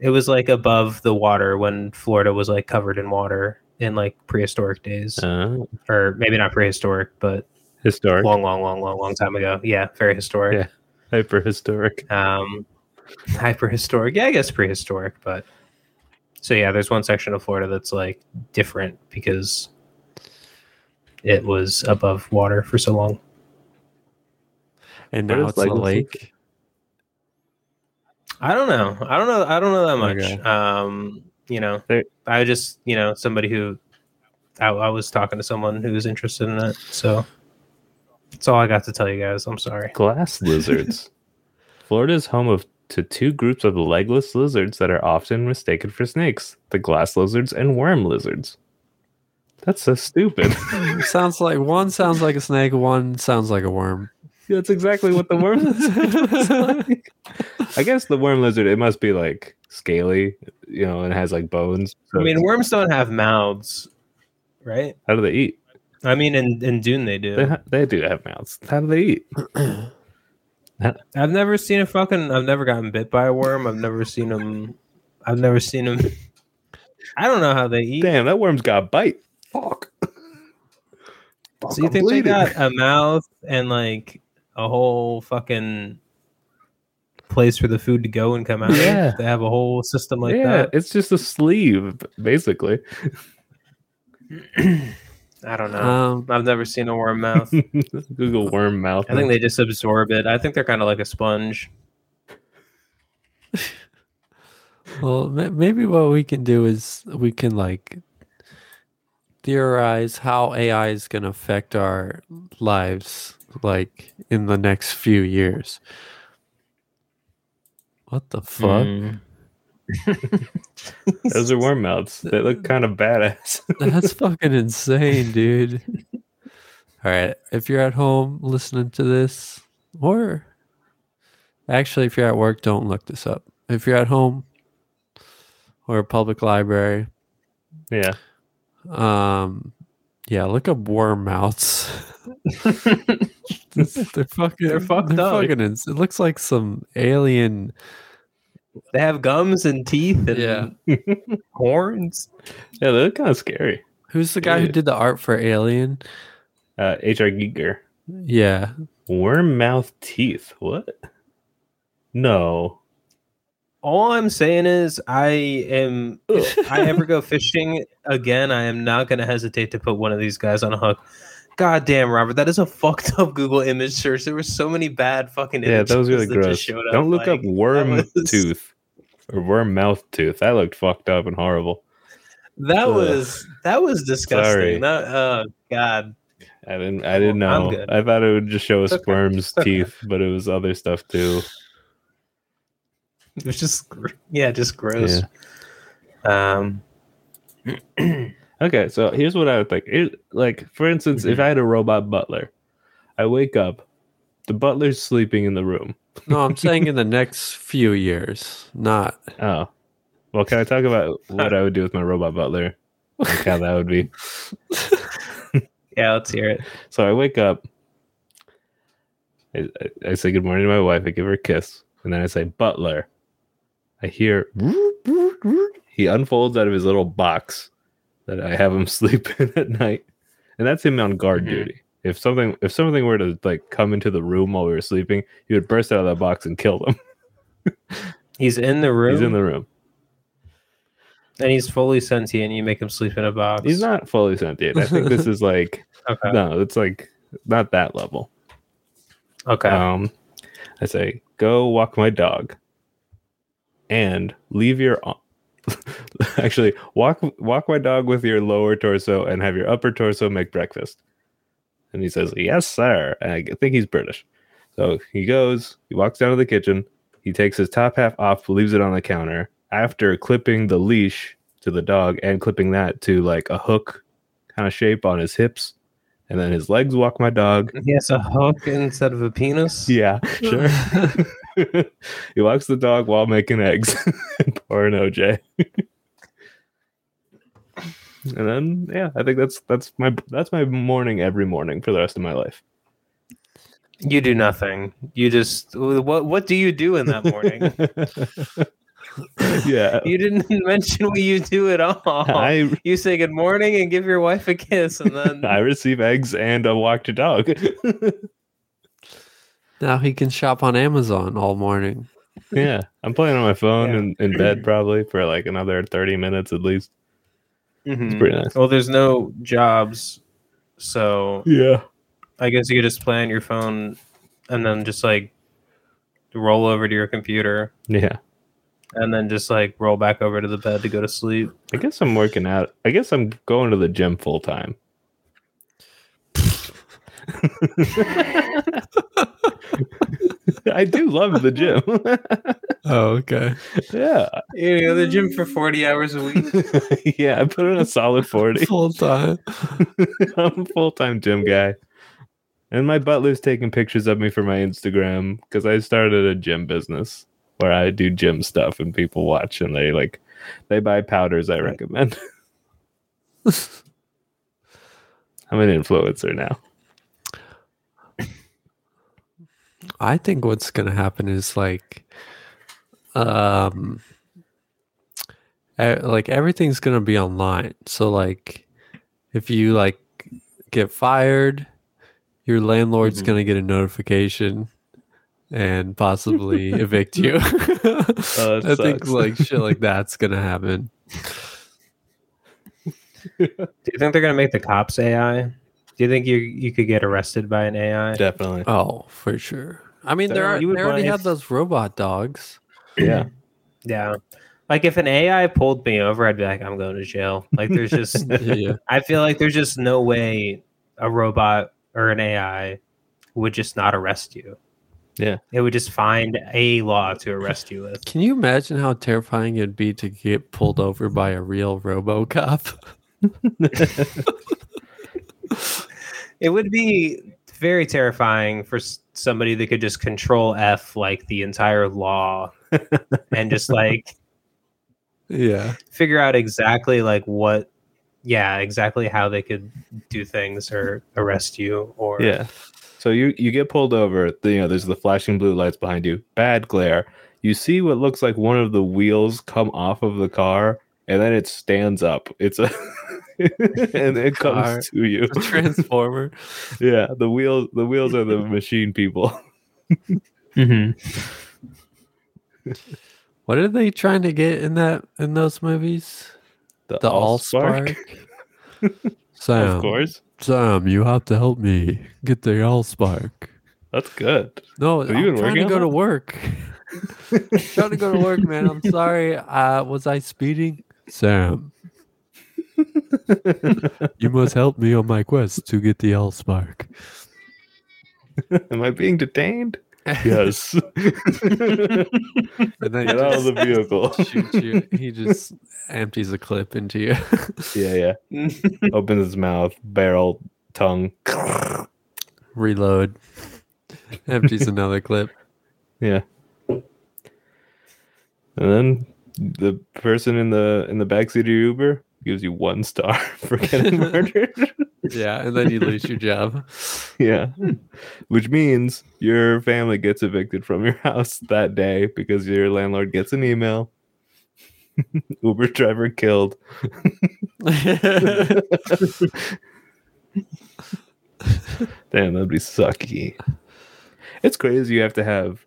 Speaker 2: it was like above the water when Florida was like covered in water in like prehistoric days,
Speaker 3: Uh,
Speaker 2: or maybe not prehistoric, but
Speaker 3: historic.
Speaker 2: long, long, long, long, long time ago. Yeah, very historic.
Speaker 3: Hyper historic.
Speaker 2: um *laughs* hyper historic yeah i guess prehistoric but so yeah there's one section of florida that's like different because it was above water for so long
Speaker 1: and
Speaker 3: Where
Speaker 1: now
Speaker 3: does
Speaker 1: it's a
Speaker 3: Legolas
Speaker 1: lake.
Speaker 3: live?
Speaker 2: i don't know i don't know i don't know that much
Speaker 1: Okay.
Speaker 2: um you know
Speaker 3: There-
Speaker 2: i just you know somebody who I, I was talking to someone who was interested in it so that's all i got to tell you guys i'm sorry
Speaker 3: Glass lizards. Florida's home of to two groups of legless lizards that are often mistaken for snakes the glass lizards and worm lizards. That's
Speaker 2: *laughs*
Speaker 3: so stupid.
Speaker 1: Mm, sounds like one sounds like a snake, one sounds like a worm.
Speaker 3: That's exactly what
Speaker 2: *laughs*
Speaker 3: the worm
Speaker 1: *laughs*
Speaker 3: lizard looks like. I guess the worm lizard, it must be like scaly, you know, and has like bones. So
Speaker 2: I mean, worms don't have mouths, right?
Speaker 3: how do they eat?
Speaker 2: I mean, in, in Dune they do.
Speaker 3: They, ha- they do have mouths. How do they eat?
Speaker 2: I've never seen a fucking. I've never gotten bit by a worm. I've never seen them. I've never seen them. *laughs* I don't know how they eat.
Speaker 3: Damn, that worm's got a bite. Fuck. Fuck,
Speaker 2: so you
Speaker 3: I'm
Speaker 2: think
Speaker 3: bleeding.
Speaker 2: they got a mouth and like a whole fucking place for the food to go and come out? of?
Speaker 3: Yeah.
Speaker 2: they have a whole system like
Speaker 3: yeah, it's just a sleeve, basically.
Speaker 2: that. I don't know.
Speaker 1: Um,
Speaker 2: I've never seen a worm
Speaker 3: *laughs*
Speaker 2: mouth.
Speaker 3: Google worm mouth.
Speaker 2: I think they just absorb it. I think they're kind of like a sponge.
Speaker 1: Well, ma- maybe what we can do is we can like theorize how AI is going to affect our lives, like in the next few years. What the fuck?
Speaker 2: Mm.
Speaker 3: those are
Speaker 2: *laughs*
Speaker 3: worm mouths. They look kind of badass.
Speaker 1: *laughs*
Speaker 3: *laughs*
Speaker 1: That's fucking insane, dude. All right. If you're at home listening to this, or actually, if you're at work, don't look this up. If you're at home or a public library,
Speaker 2: *laughs*
Speaker 3: yeah.
Speaker 1: Um, yeah, look up worm mouths. *laughs*
Speaker 2: *laughs*
Speaker 1: they're fucking.
Speaker 2: They're fucked up.
Speaker 1: fucking ins- it looks like some alien.
Speaker 2: They have gums and teeth and
Speaker 1: Yeah.
Speaker 2: *laughs* horns.
Speaker 3: Yeah, they look kind of scary.
Speaker 1: Who's the guy who
Speaker 3: Yeah.
Speaker 1: did the art for Alien?
Speaker 3: Uh, HR Giger.
Speaker 1: Yeah,
Speaker 3: Worm mouth teeth. What? No.
Speaker 2: All I'm saying is, I am. If I ever go fishing again, I am not going to hesitate to put one of these guys on a hook. God damn, Robert, that is a *laughs* fucked up Google image search. There were so many bad fucking
Speaker 3: Yeah,
Speaker 2: images
Speaker 3: that was really
Speaker 2: just
Speaker 3: gross.
Speaker 2: showed
Speaker 3: Don't look
Speaker 2: like,
Speaker 3: up worm
Speaker 2: that was- *laughs*
Speaker 3: tooth or worm mouth tooth. That looked fucked up and horrible.
Speaker 2: That
Speaker 3: Ugh.
Speaker 2: was that was disgusting.
Speaker 3: Sorry.
Speaker 2: That, oh God,
Speaker 3: I didn't. I didn't
Speaker 2: Well, I'm
Speaker 3: know.
Speaker 2: good.
Speaker 3: I thought it would just show us
Speaker 2: It's okay.
Speaker 3: squirm's
Speaker 2: okay.
Speaker 3: teeth, but it was other stuff too.
Speaker 2: it was just gr- yeah, just gross. Um,
Speaker 3: Okay, so here's what I would think. It, like, for instance, if
Speaker 2: Mhm.
Speaker 3: I had a robot butler, I wake up, the butler's sleeping in the room.
Speaker 1: *laughs* no, I'm saying in the next few years, not.
Speaker 3: Oh, well, can I talk about what I would do with my robot butler? Like how that would be.
Speaker 2: yeah, let's hear it.
Speaker 3: So I wake up, I, I, I say good morning to my wife, I give her a kiss, and then I say butler. I hear he unfolds out of his little box that I have him *laughs* sleep in at night, and that's him on guard
Speaker 2: Mhm.
Speaker 3: duty. If something if something were to like come into the room while we were sleeping, he would burst out of that box and kill them.
Speaker 2: He's in the room.
Speaker 3: He's in the room.
Speaker 2: and he's fully sentient. You make him sleep in a box.
Speaker 3: He's not fully sentient. I think this is like
Speaker 2: okay.
Speaker 3: *laughs* no, it's like not that level.
Speaker 2: Okay.
Speaker 3: Um, I say, go walk my dog, and leave your. uh, *laughs* Actually, walk walk my dog with your lower torso and have your upper torso make breakfast. And he says, "Yes, sir." And I think he's British, so he goes. He walks down to the kitchen. He takes his top half off, leaves it on the counter. After clipping the leash to the dog and clipping that to like a hook kind of shape on his hips, and then his legs walk my dog.
Speaker 2: He has a hook instead of a penis.
Speaker 3: Yeah, sure. *laughs* he walks the dog while making eggs. *laughs* Poor an OJ. and then yeah, I think that's that's my that's my morning every morning for the rest of my life. *laughs*
Speaker 2: You do nothing. You just what? What do you do in that
Speaker 3: *laughs*
Speaker 2: morning? *laughs*
Speaker 3: yeah.
Speaker 2: you didn't mention what you do at all.
Speaker 3: I
Speaker 2: you say good morning and give your wife a kiss,
Speaker 3: *laughs*
Speaker 2: and then
Speaker 3: I receive eggs and I walk the dog. *laughs*
Speaker 1: Now he can shop on Amazon all morning.
Speaker 3: yeah. I'm playing on my phone
Speaker 2: Yeah.
Speaker 3: and in, bed probably for like another 30 minutes at least. It's
Speaker 2: Mhm.
Speaker 3: pretty nice.
Speaker 2: well, there's no jobs, so
Speaker 3: Yeah.
Speaker 2: I guess you could just play on your phone, and then just like roll over to your computer,
Speaker 3: Yeah.
Speaker 2: and then just like roll back over to the bed to go to sleep.
Speaker 3: I guess I'm working out. I guess I'm going to the gym full *laughs* time. I do love the gym.
Speaker 1: Oh, okay.
Speaker 3: *laughs* Yeah.
Speaker 2: You go to the gym for 40 hours a week.
Speaker 3: *laughs* yeah, I put in a solid 40.
Speaker 1: Full time.
Speaker 3: *laughs* I'm a full time gym guy. And my butler's taking pictures of me for my Instagram because I started a gym business where I do gym stuff and people watch and they like they buy powders I recommend. *laughs* I'm an influencer now.
Speaker 1: I think what's gonna happen is like, um, e- like everything's gonna be online. So like, if you like get fired, your landlord's
Speaker 2: Mhm.
Speaker 1: gonna get a notification and possibly evict you.
Speaker 3: that
Speaker 1: *laughs* I think
Speaker 3: sucks.
Speaker 1: like shit like that's gonna happen.
Speaker 2: Do you think they're gonna make the cops AI? Do you think you you could get arrested by an AI?
Speaker 3: Definitely.
Speaker 1: Oh, for sure. I mean,
Speaker 2: So
Speaker 1: there are
Speaker 2: you
Speaker 1: they
Speaker 2: would
Speaker 1: already
Speaker 2: want-
Speaker 1: have those robot dogs.
Speaker 3: Yeah.
Speaker 2: Yeah. Like if an AI pulled me over, I'd be like, I'm going to jail. Like there's *laughs* just
Speaker 1: Yeah,
Speaker 2: I feel like there's just no way a robot or an AI would just not arrest you.
Speaker 3: Yeah.
Speaker 2: It would just find a law to arrest you with.
Speaker 1: Can you imagine how terrifying it'd be to get pulled over by a real RoboCop?
Speaker 2: *laughs*
Speaker 1: *laughs*
Speaker 2: It would be very terrifying for s- somebody that could just control F like the entire *laughs* law and just like
Speaker 1: Yeah.
Speaker 2: figure out exactly like what yeah exactly how they could do things or arrest you or
Speaker 3: Yeah. So you you get pulled over. The, you know, there's the flashing blue lights behind you. Bad glare. You see what looks like one of the wheels come off of the car, and then it stands up. It's a *laughs* and it
Speaker 1: Car.
Speaker 3: comes to you.
Speaker 1: A transformer.
Speaker 3: Yeah, the wheels the wheels are
Speaker 1: *laughs*
Speaker 3: the machine people. *laughs*
Speaker 1: what are they trying to get in that in those movies? The
Speaker 3: Allspark,
Speaker 1: Allspark. Sam,
Speaker 3: *laughs* of course.
Speaker 1: Sam, you have to help me get the Allspark.
Speaker 3: That's good. *laughs*
Speaker 1: No,
Speaker 3: you
Speaker 1: I'm
Speaker 3: been
Speaker 1: trying to
Speaker 3: working on
Speaker 1: go to
Speaker 3: that?
Speaker 1: work. *laughs* trying to go to work, man. I'm sorry. Uh, was I speeding?
Speaker 3: *laughs*
Speaker 1: Sam, you must help me on my quest to get the Allspark.
Speaker 3: Am I being detained?
Speaker 1: *laughs*
Speaker 3: Yes. *laughs* get
Speaker 1: And then he
Speaker 3: out of
Speaker 1: just
Speaker 3: the vehicle.
Speaker 2: *laughs*
Speaker 1: shoots you. He just empties a clip into you.
Speaker 3: *laughs*
Speaker 1: *laughs*
Speaker 3: yeah, yeah. Opens his mouth, barrel, tongue.
Speaker 1: Reload. Empties another clip.
Speaker 3: Yeah. And then the person in the in the backseat of your Uber gives you one star *laughs* for getting murdered.
Speaker 1: Yeah, and then you lose your job. *laughs*
Speaker 3: yeah. Which means your family gets evicted from your house that day because your landlord gets an email. *laughs* Uber driver killed.
Speaker 1: yeah,
Speaker 3: Damn, that'd be sucky. It's crazy you have to have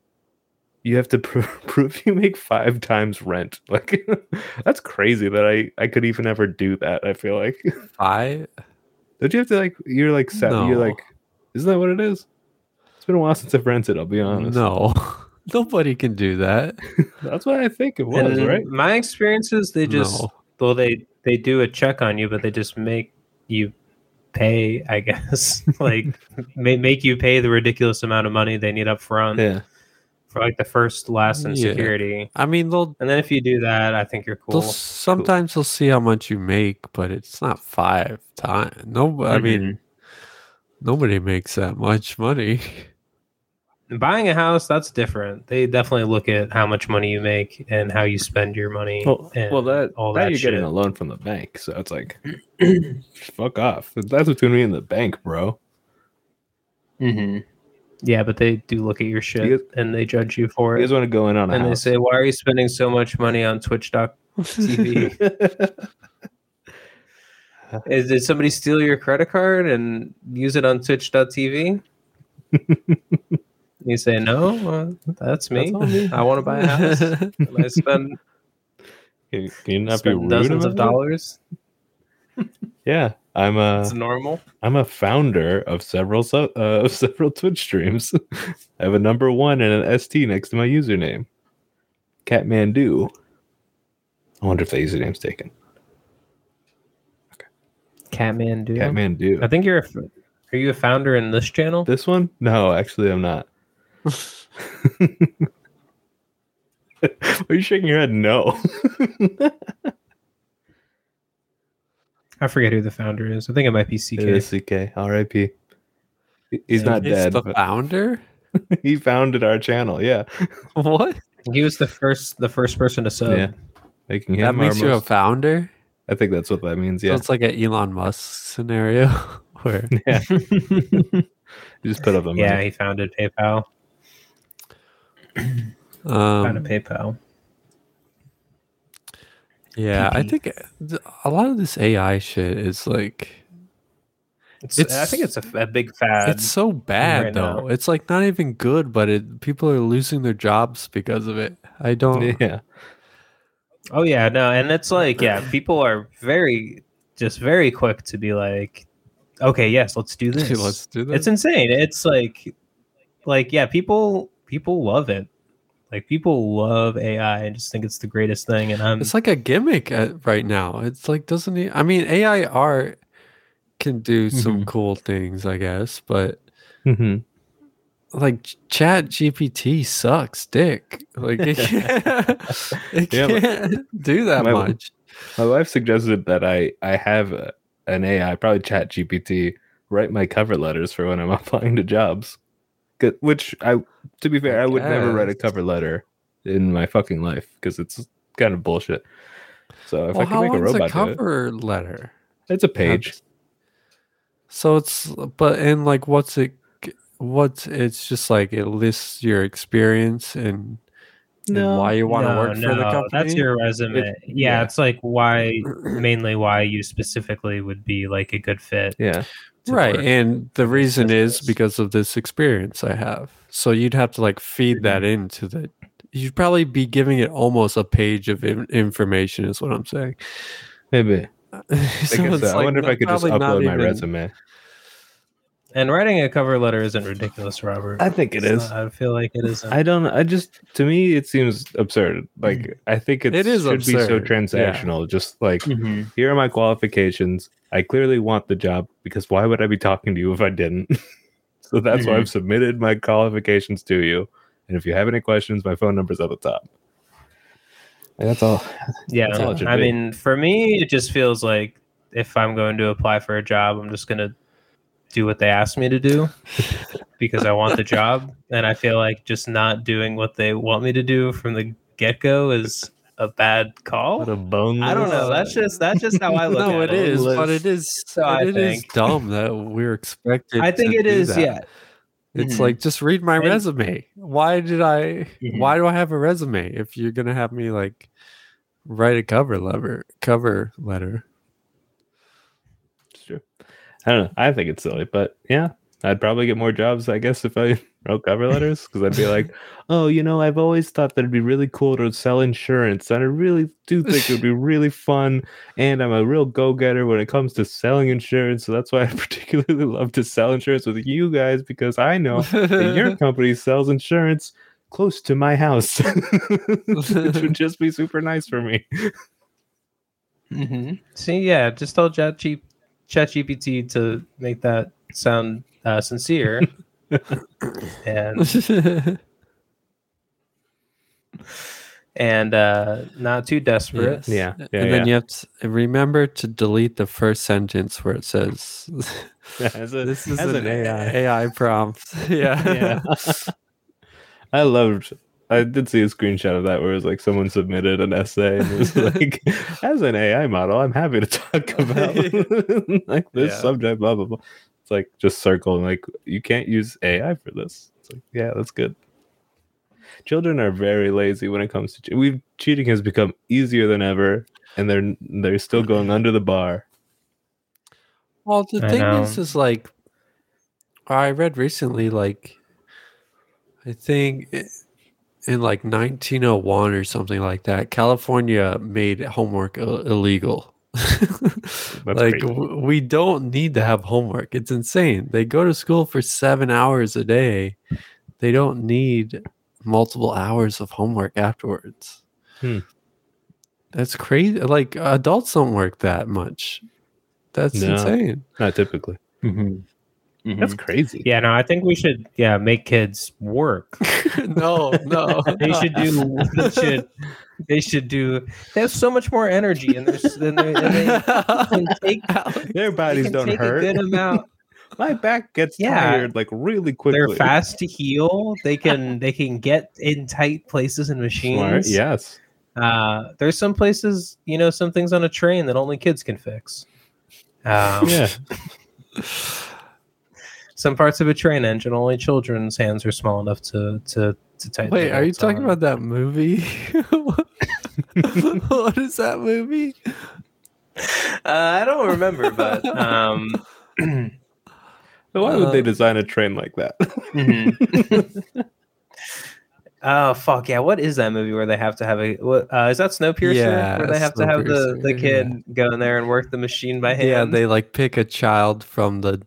Speaker 3: you have to *laughs* pr- prove you make 5 times rent. Like *laughs* that's crazy that I I could even ever do that. I feel like
Speaker 1: I
Speaker 3: Don't you have to like you're like set,
Speaker 1: No.
Speaker 3: you're like isn't that what it is? It's been a while since I've rented, I'll be honest.
Speaker 1: no. Nobody can do that.
Speaker 3: That's what I think it was,
Speaker 2: And
Speaker 3: right?
Speaker 2: my experience is they just
Speaker 1: No.
Speaker 2: well they they do a check on you but they just make you pay i *laughs* guess like may, make you pay the ridiculous amount of money they need up front
Speaker 3: Yeah.
Speaker 2: for like the first lesson
Speaker 1: Yeah.
Speaker 2: security
Speaker 1: I mean, they'll
Speaker 2: and then if you do that i think you're cool
Speaker 1: they'll sometimes they'll see how much you make, but it's not five times. No,
Speaker 2: Mm-hmm.
Speaker 1: I mean, nobody makes that much money.
Speaker 2: *laughs* buying a house that's different they definitely look at how much money you make and how you spend your money
Speaker 1: Oh,
Speaker 3: Well,
Speaker 2: and
Speaker 3: well that
Speaker 2: all
Speaker 3: that,
Speaker 2: that
Speaker 3: you're getting
Speaker 2: shit.
Speaker 3: a loan from the bank, so
Speaker 2: *clears throat*
Speaker 3: it's like, fuck off. That's between me and the bank, bro.
Speaker 1: Mm-hmm.
Speaker 2: hmm yeah but they do look at your shit
Speaker 3: You guys-
Speaker 2: and they judge you for
Speaker 3: You
Speaker 2: it
Speaker 3: guys want to go in on a
Speaker 2: and they *laughs*
Speaker 3: house?
Speaker 2: say why are you spending so much money on twitch doc
Speaker 3: *laughs*
Speaker 2: TV. Is, did somebody steal your credit card and use it on
Speaker 3: *laughs*
Speaker 2: Twitch.tv? you say no. Well, that's me.
Speaker 3: That's on me.
Speaker 2: I want to buy a
Speaker 3: *laughs*
Speaker 1: *laughs*
Speaker 2: house. and I spend,
Speaker 3: Can, can you not be
Speaker 2: spend
Speaker 3: rude
Speaker 2: dozens of
Speaker 3: about it?
Speaker 2: dollars.
Speaker 3: Yeah, I'm uh, a
Speaker 2: It's normal.
Speaker 3: I'm a founder of several su- uh, *laughs* of several Twitch streams. I have a number one and an ST next to my username. Catmandu. I wonder if that username's taken.
Speaker 2: Catman do. I
Speaker 3: Catmandu.
Speaker 2: think you're. A, f- are you a founder in this channel?
Speaker 1: *laughs*
Speaker 3: This one? No, actually, I'm not. Are you shaking your head? No.
Speaker 2: I forget who the founder is. I think it might be CK.
Speaker 3: It is CK. R.I.P. He- He's not
Speaker 1: It's
Speaker 3: dead.
Speaker 1: the
Speaker 3: but
Speaker 1: founder?
Speaker 3: *laughs* he founded our channel. Yeah,
Speaker 1: What?
Speaker 2: He was the first the first person to sub.
Speaker 3: yeah. Making him
Speaker 1: Um, that makes
Speaker 3: our
Speaker 1: you a
Speaker 3: most,
Speaker 1: founder?
Speaker 3: I think that's what that means.
Speaker 1: So
Speaker 3: Yeah.
Speaker 1: it's like an Elon Musk scenario *laughs* where *laughs*
Speaker 3: yeah. you just put up a
Speaker 2: Yeah,
Speaker 3: yeah.
Speaker 2: he founded PayPal.
Speaker 1: um,
Speaker 3: Um,
Speaker 2: Founded PayPal.
Speaker 1: yeah, I
Speaker 2: PP.
Speaker 1: think a lot of this AI shit is like
Speaker 2: It's,
Speaker 1: It's-
Speaker 2: I think it's a, a big fad.
Speaker 1: it's so bad
Speaker 2: right now.
Speaker 1: though. It's like not even good, but it, people are losing their jobs because of it. I *laughs* don't.
Speaker 3: *laughs* Yeah.
Speaker 2: Oh yeah, no, and it's like yeah, people are very just very quick to be like, okay, yes, let's do this.
Speaker 1: *laughs* Let's do this.
Speaker 2: it's insane. It's like, like yeah, people people love it. Like people love AI and just think it's the greatest thing. And I'm
Speaker 1: It's like a gimmick at, right now. It's like doesn't he? I mean, AI art can do some cool things, I guess, but Mm-hmm.
Speaker 3: hmm
Speaker 1: like Ch- Chat GPT sucks dick. Like
Speaker 3: *laughs*
Speaker 1: it can't, it
Speaker 3: Yeah, but-
Speaker 1: can't do that
Speaker 3: My-
Speaker 1: much.
Speaker 3: My wife suggested that I I have a, an AI, probably Chat GPT, write my cover letters for when I'm *laughs* applying to jobs. 'Cause- Which I, to be fair,
Speaker 1: I
Speaker 3: I, would never write a
Speaker 1: guess.
Speaker 3: cover letter in my fucking life because it's kind of bullshit. So if
Speaker 1: well,
Speaker 3: I
Speaker 1: how
Speaker 3: can make a
Speaker 1: long's
Speaker 3: robot,
Speaker 1: a
Speaker 3: do
Speaker 1: cover letter?
Speaker 3: it, it's a page.
Speaker 1: So it's but and like what's it? What's it's just like it lists your experience and, and why you want to
Speaker 2: No,
Speaker 1: work for the
Speaker 2: no,
Speaker 1: company.
Speaker 2: That's your resume.
Speaker 3: It-
Speaker 2: yeah,
Speaker 3: yeah.
Speaker 2: it's like why
Speaker 1: *clears throat*
Speaker 2: mainly why you specifically would be like a good fit.
Speaker 3: Yeah,
Speaker 2: to
Speaker 1: right
Speaker 2: work.
Speaker 1: and the reason is
Speaker 2: business.
Speaker 1: because of this experience i have so you'd have to like
Speaker 2: Mm-hmm.
Speaker 1: feed that into the you'd probably be giving it almost a page of in- information is what i'm saying *laughs*
Speaker 3: maybe. I,
Speaker 1: So
Speaker 3: guess
Speaker 1: it's
Speaker 3: so. I
Speaker 1: like
Speaker 3: wonder if I
Speaker 1: not-
Speaker 3: could just
Speaker 1: probably not
Speaker 3: upload my
Speaker 1: even-
Speaker 3: resume.
Speaker 2: And writing a cover letter isn't ridiculous, Robert.
Speaker 3: I think it
Speaker 2: It's
Speaker 3: is.
Speaker 2: not- I feel like it isn't.
Speaker 3: I don't. I just to me it seems absurd. Like I think it's,
Speaker 1: Hmm. It is
Speaker 3: should be so
Speaker 1: absurd, yeah. Hmm.
Speaker 3: transactional. Just like
Speaker 2: Mm-hmm.
Speaker 3: here are my qualifications. I clearly want the job because why would I be talking to you if I didn't? *laughs* so that's
Speaker 1: Hmm.
Speaker 3: why I've submitted my qualifications to you. And if you have any questions, my phone number's at the top. And that's all.
Speaker 2: yeah,
Speaker 3: That's all it should
Speaker 2: I
Speaker 3: be.
Speaker 2: mean, for me, it just feels like if I'm going to apply for a job, I'm just gonna do what they ask me to do *laughs* because I want the job, and I feel like just not doing what they want me to do from the get go is a bad call.
Speaker 3: What a bone.
Speaker 2: I don't know. That's just that's
Speaker 1: *laughs*
Speaker 2: just how I look
Speaker 1: no
Speaker 2: at
Speaker 1: it is but it
Speaker 2: Let's-
Speaker 1: is
Speaker 2: So I
Speaker 1: it is
Speaker 2: think-
Speaker 1: dumb that we're expected
Speaker 2: I think
Speaker 1: to
Speaker 2: it
Speaker 1: do
Speaker 2: is.
Speaker 1: that.
Speaker 2: Yeah.
Speaker 1: it's
Speaker 2: Mhm.
Speaker 1: like just read my
Speaker 2: And-
Speaker 1: resume why did i
Speaker 2: Mhm.
Speaker 1: why do i have a resume if you're gonna have me like write a cover letter cover letter
Speaker 3: true. I don't know. I think it's silly, but yeah, I'd probably get more jobs, I guess, if I *laughs* wrote cover letters because I'd be like, *laughs* oh, you know, I've always thought that it'd be really cool to sell insurance. And I really do think it would be *laughs* really fun. And I'm a real go getter when it comes to selling insurance. So that's why I *laughs* particularly love to sell insurance with you guys because I know that *laughs* your company sells insurance close to my house, *laughs* which would just be super nice for me. *laughs*
Speaker 2: Mm-hmm. See, yeah, just tell ChatGPT ChatGPT to make that sound
Speaker 1: *laughs*
Speaker 2: uh, sincere.
Speaker 3: *laughs*
Speaker 2: and and uh, not too
Speaker 1: Yes.
Speaker 2: desperate.
Speaker 3: Yeah, yeah,
Speaker 1: and then
Speaker 3: yeah.
Speaker 1: you have to remember to delete the first sentence where it says *laughs*
Speaker 3: As a-
Speaker 1: this is
Speaker 3: as
Speaker 1: an AI. prompt. *laughs* Yeah.
Speaker 3: yeah. I loved. I did see a screenshot of that where it was like someone submitted an essay and it was like, as an AI model, I'm happy to talk about *laughs* like this
Speaker 1: Yeah.
Speaker 3: subject, blah blah blah. It's like just circle and like you can't use AI for this. It's like yeah, that's good. Children are very lazy when it comes to che- we've cheating has become easier than ever, and they're they're still going under the bar.
Speaker 1: Well, the
Speaker 2: I
Speaker 1: thing
Speaker 2: know.
Speaker 1: is, is like I read recently, like I think i- in like 1901 or something like that, California made homework Ill- illegal. *laughs* like
Speaker 3: crazy.
Speaker 1: w- we don't need to have homework. It's insane. They go to school for seven hours a day. They don't need multiple hours of homework afterwards.
Speaker 3: Hmm.
Speaker 1: That's crazy. Like adults don't work that much. That's
Speaker 3: No.
Speaker 1: insane.
Speaker 3: Not typically. That's crazy.
Speaker 2: Yeah, no, I think we should yeah make kids work.
Speaker 1: *laughs* no, no.
Speaker 2: They should do. They should. They should do. They have so much more energy, and there's than they, and *laughs* they can take. they
Speaker 3: Their bodies
Speaker 2: can
Speaker 3: don't
Speaker 2: take
Speaker 3: hurt.
Speaker 2: a good amount.
Speaker 3: My back gets
Speaker 2: Yeah.
Speaker 3: tired like really *laughs* quickly.
Speaker 2: They're fast to heal. They can. They can get in tight places and machines.
Speaker 3: Smart. Yes.
Speaker 2: Uh, there's some places, you know, some things on a train that only kids can fix. Um,
Speaker 3: Yeah.
Speaker 2: Some parts of a train engine only children's hands are small enough to to to tighten.
Speaker 1: *laughs*
Speaker 2: the
Speaker 1: Wait, are you
Speaker 2: bolts
Speaker 1: talking
Speaker 2: on.
Speaker 1: about that movie? *laughs* What- what is that movie?
Speaker 2: Uh, I don't remember,
Speaker 1: *laughs*
Speaker 2: but um,
Speaker 3: So why would they
Speaker 1: Uh,
Speaker 3: design a train like that?
Speaker 1: Mm-hmm.
Speaker 2: mhm. *laughs* oh fuck yeah! What is that movie where they have to have a? What, uh, is that Snowpiercer?
Speaker 1: Yeah,
Speaker 2: where they have to have the, the
Speaker 1: Snowpiercer,
Speaker 2: kid go in there and work the machine by hand.
Speaker 1: Yeah, they like pick a child from the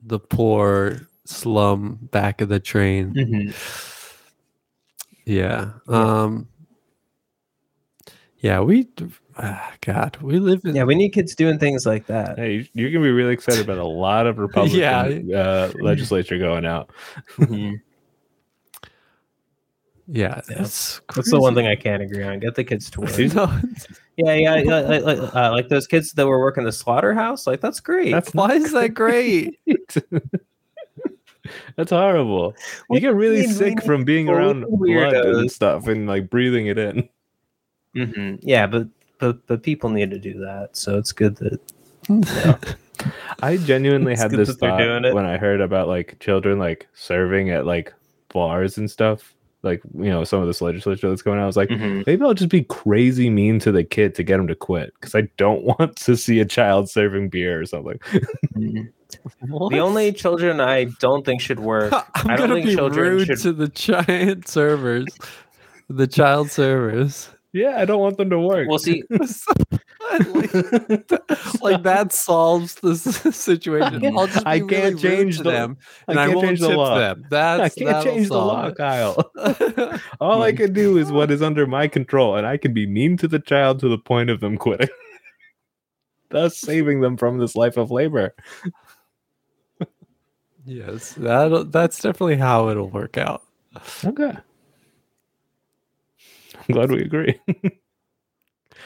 Speaker 1: the poor slum back of the train.
Speaker 2: Mhm.
Speaker 1: Mm. Yeah. Um Yeah, we ah, god, we live in
Speaker 2: Yeah, we need kids doing things like that.
Speaker 3: *laughs* hey, you- you're gonna be really excited about a lot of Republican
Speaker 1: Yeah.
Speaker 3: uh, legislature going out. *laughs*
Speaker 1: Mm-hmm. yeah,
Speaker 2: Yeah.
Speaker 1: that's
Speaker 2: That's the one
Speaker 1: crazy.
Speaker 2: thing I can't agree on. Get the kids to work.
Speaker 1: *laughs*
Speaker 3: Dude,
Speaker 1: No,
Speaker 2: Yeah, yeah, yeah, like, like, uh, like those kids that were working the slaughterhouse. Like that's great.
Speaker 3: That's
Speaker 1: why is that *laughs* great?
Speaker 3: That's horrible.
Speaker 2: What
Speaker 3: you get really
Speaker 2: mean? We
Speaker 3: sick
Speaker 2: need
Speaker 3: from being
Speaker 2: people,
Speaker 3: around blood
Speaker 2: weirdos.
Speaker 3: and stuff and like breathing it in.
Speaker 2: Mhm. Yeah, but but but people need to do that. So it's good that
Speaker 3: I genuinely
Speaker 2: It's
Speaker 3: had
Speaker 2: good
Speaker 3: this
Speaker 2: that they're
Speaker 3: thought
Speaker 2: doing it.
Speaker 3: when I heard about like children like serving at like bars and stuff. Like you know some of this legislature that's going on. I was like, maybe I'll just be crazy mean to the kid to get him to quit because I don't *laughs* want to see a child serving beer or something.
Speaker 2: the only children I don't think
Speaker 1: *laughs*
Speaker 2: should work.
Speaker 1: I'm
Speaker 2: I don't
Speaker 1: gonna
Speaker 2: think
Speaker 1: be
Speaker 2: children
Speaker 1: rude
Speaker 2: should-
Speaker 1: to the giant servers, the child
Speaker 3: *laughs*
Speaker 1: servers.
Speaker 3: Yeah, I don't want them to work.
Speaker 2: Well, see,
Speaker 1: like, like that solves this situation.
Speaker 2: Fucking-
Speaker 1: I'll just be
Speaker 3: I
Speaker 1: really
Speaker 3: can't
Speaker 1: rude
Speaker 3: change
Speaker 1: to
Speaker 3: the-
Speaker 1: them,
Speaker 3: I
Speaker 1: and I
Speaker 3: can't
Speaker 1: won't
Speaker 3: change the
Speaker 1: tip
Speaker 3: law.
Speaker 1: them. That's
Speaker 3: I can't
Speaker 1: that'll
Speaker 3: change the law,
Speaker 1: solve
Speaker 3: Kyle. *laughs*
Speaker 1: it. *laughs*
Speaker 3: All I can do is what is under my control, and I can be mean to the child to the point of them quitting, *laughs* thus saving them from this life of labor.
Speaker 1: yes, that'll, that's definitely how it'll work out.
Speaker 3: Okay. I'm glad we agree. *laughs*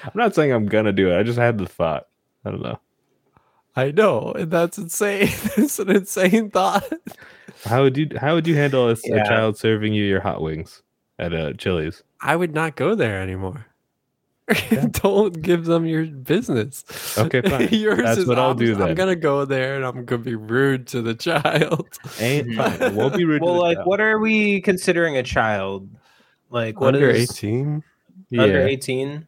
Speaker 3: I'm not saying I'm gonna do it. I just had the thought. I don't know.
Speaker 1: I know, and that's insane. *laughs* that's an insane thought.
Speaker 3: How would you how would you handle a, a
Speaker 2: Yeah.
Speaker 3: child serving you your hot wings at a Chili's?
Speaker 1: I would not go there anymore. *laughs* Don't give them your business.
Speaker 3: Okay, fine.
Speaker 1: *laughs* Yours
Speaker 3: That's
Speaker 1: is
Speaker 3: what I'll do
Speaker 1: opposite. I'm
Speaker 3: then.
Speaker 1: gonna go there and I'm gonna be rude to the child.
Speaker 3: Ain't
Speaker 2: Mhm.
Speaker 3: fine. Won't be rude. to
Speaker 2: well,
Speaker 3: the
Speaker 2: like,
Speaker 3: child.
Speaker 2: what are we considering a child? Like, *laughs* what is
Speaker 1: Under 18.
Speaker 2: under
Speaker 3: Yeah,
Speaker 2: eighteen?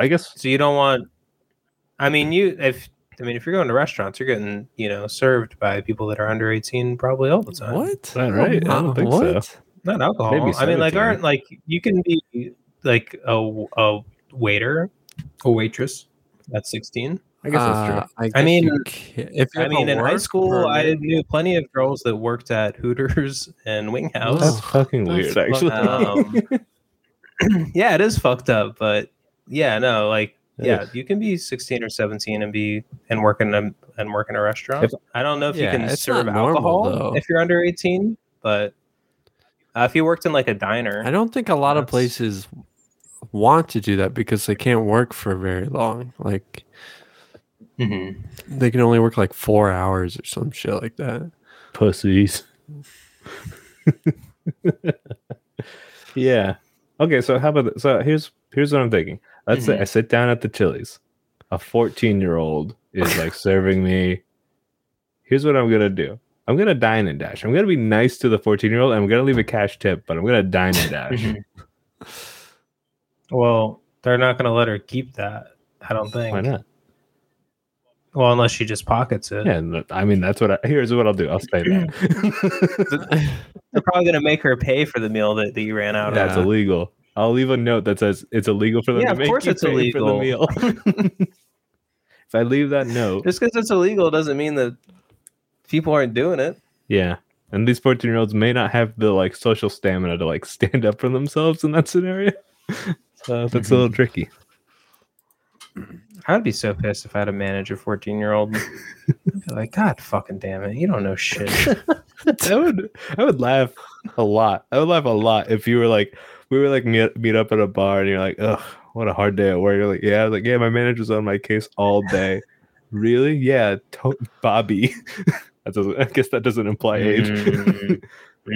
Speaker 3: I guess
Speaker 2: So you don't want. I mean, you if I mean if you're going to restaurants, you're getting you know served by people that are under eighteen probably all the time.
Speaker 1: What? Oh, Is
Speaker 3: that right? I don't think so.
Speaker 2: Not alcohol.
Speaker 3: Maybe
Speaker 2: I mean, like,
Speaker 3: 17.
Speaker 2: aren't like you can be like a a waiter, a waitress at sixteen.
Speaker 3: I guess that's true.
Speaker 1: Uh, I,
Speaker 2: I mean-
Speaker 1: mean, if you
Speaker 2: I
Speaker 1: have a
Speaker 2: mean, in high
Speaker 1: work
Speaker 2: school, I
Speaker 1: permit-
Speaker 2: knew plenty of girls that worked at Hooters and Wing House.
Speaker 3: That's
Speaker 1: Wow.
Speaker 3: fucking
Speaker 1: That's
Speaker 3: weird,
Speaker 1: fuck-
Speaker 3: actually.
Speaker 2: Um, *laughs* yeah, it is fucked up, but yeah, no, like
Speaker 3: It
Speaker 2: yeah, you can be 16 or 17 and be and work in a and work in a restaurant.
Speaker 3: If-
Speaker 2: I don't know if
Speaker 1: Yeah,
Speaker 2: you can
Speaker 1: it's
Speaker 2: serve
Speaker 1: not normal,
Speaker 2: alcohol
Speaker 1: though.
Speaker 2: if you're under 18, but uh, if you worked in like a diner,
Speaker 1: I don't think a lot of
Speaker 2: That's-
Speaker 1: places want to do that because they can't work for very long. Like
Speaker 3: Mm-hmm.
Speaker 2: Mhm.
Speaker 1: they can only work like four hours or some shit like that.
Speaker 3: Pussies. *laughs* yeah. Okay, so how about th- so here's here's what I'm thinking. Let's say I sit down at the Chili's. A 14 year old is like serving me. Here's what I'm gonna do. I'm gonna dine and dash. I'm gonna be nice to the 14 year old. I'm gonna leave a cash tip, but I'm gonna dine and dash.
Speaker 2: Mhm. well, they're not going to let her keep that. I don't think.
Speaker 3: Why not?
Speaker 2: Well, unless she just pockets it.
Speaker 3: Yeah, and I mean that's what I here's what I'll do. I'll say that.
Speaker 2: *laughs* They're probably going to make her pay for the meal that, that you ran out
Speaker 3: That's
Speaker 1: Yeah.
Speaker 3: illegal. I'll leave a note that says it's illegal for them
Speaker 2: Yeah,
Speaker 3: to
Speaker 2: of
Speaker 3: make
Speaker 2: course
Speaker 3: you
Speaker 2: it's
Speaker 3: pay for
Speaker 2: illegal.
Speaker 3: the
Speaker 2: *laughs*
Speaker 3: meal. if I leave that
Speaker 2: of.
Speaker 3: note,
Speaker 2: Just because it's illegal doesn't mean that people aren't doing it.
Speaker 3: yeah. And these 14 year olds may not have the like social stamina to like *laughs* stand up for *laughs*
Speaker 2: Mm-hmm.
Speaker 3: themselves in that scenario. so that's a little tricky.
Speaker 2: I'd be so pissed if I had to manage a 14 year old. I'd be like, God fucking damn it. You don't know shit.
Speaker 3: I would I would laugh a lot. I would laugh a lot if you were like we were like meet, meet up at a bar and you're like, ugh, what a hard day at work. You're like, yeah, I was like, yeah, my manager's on my case all day. really? Yeah, to- Bobby. *laughs* that doesn't. I guess that doesn't imply
Speaker 1: Mm-hmm.
Speaker 3: age.
Speaker 2: Mm.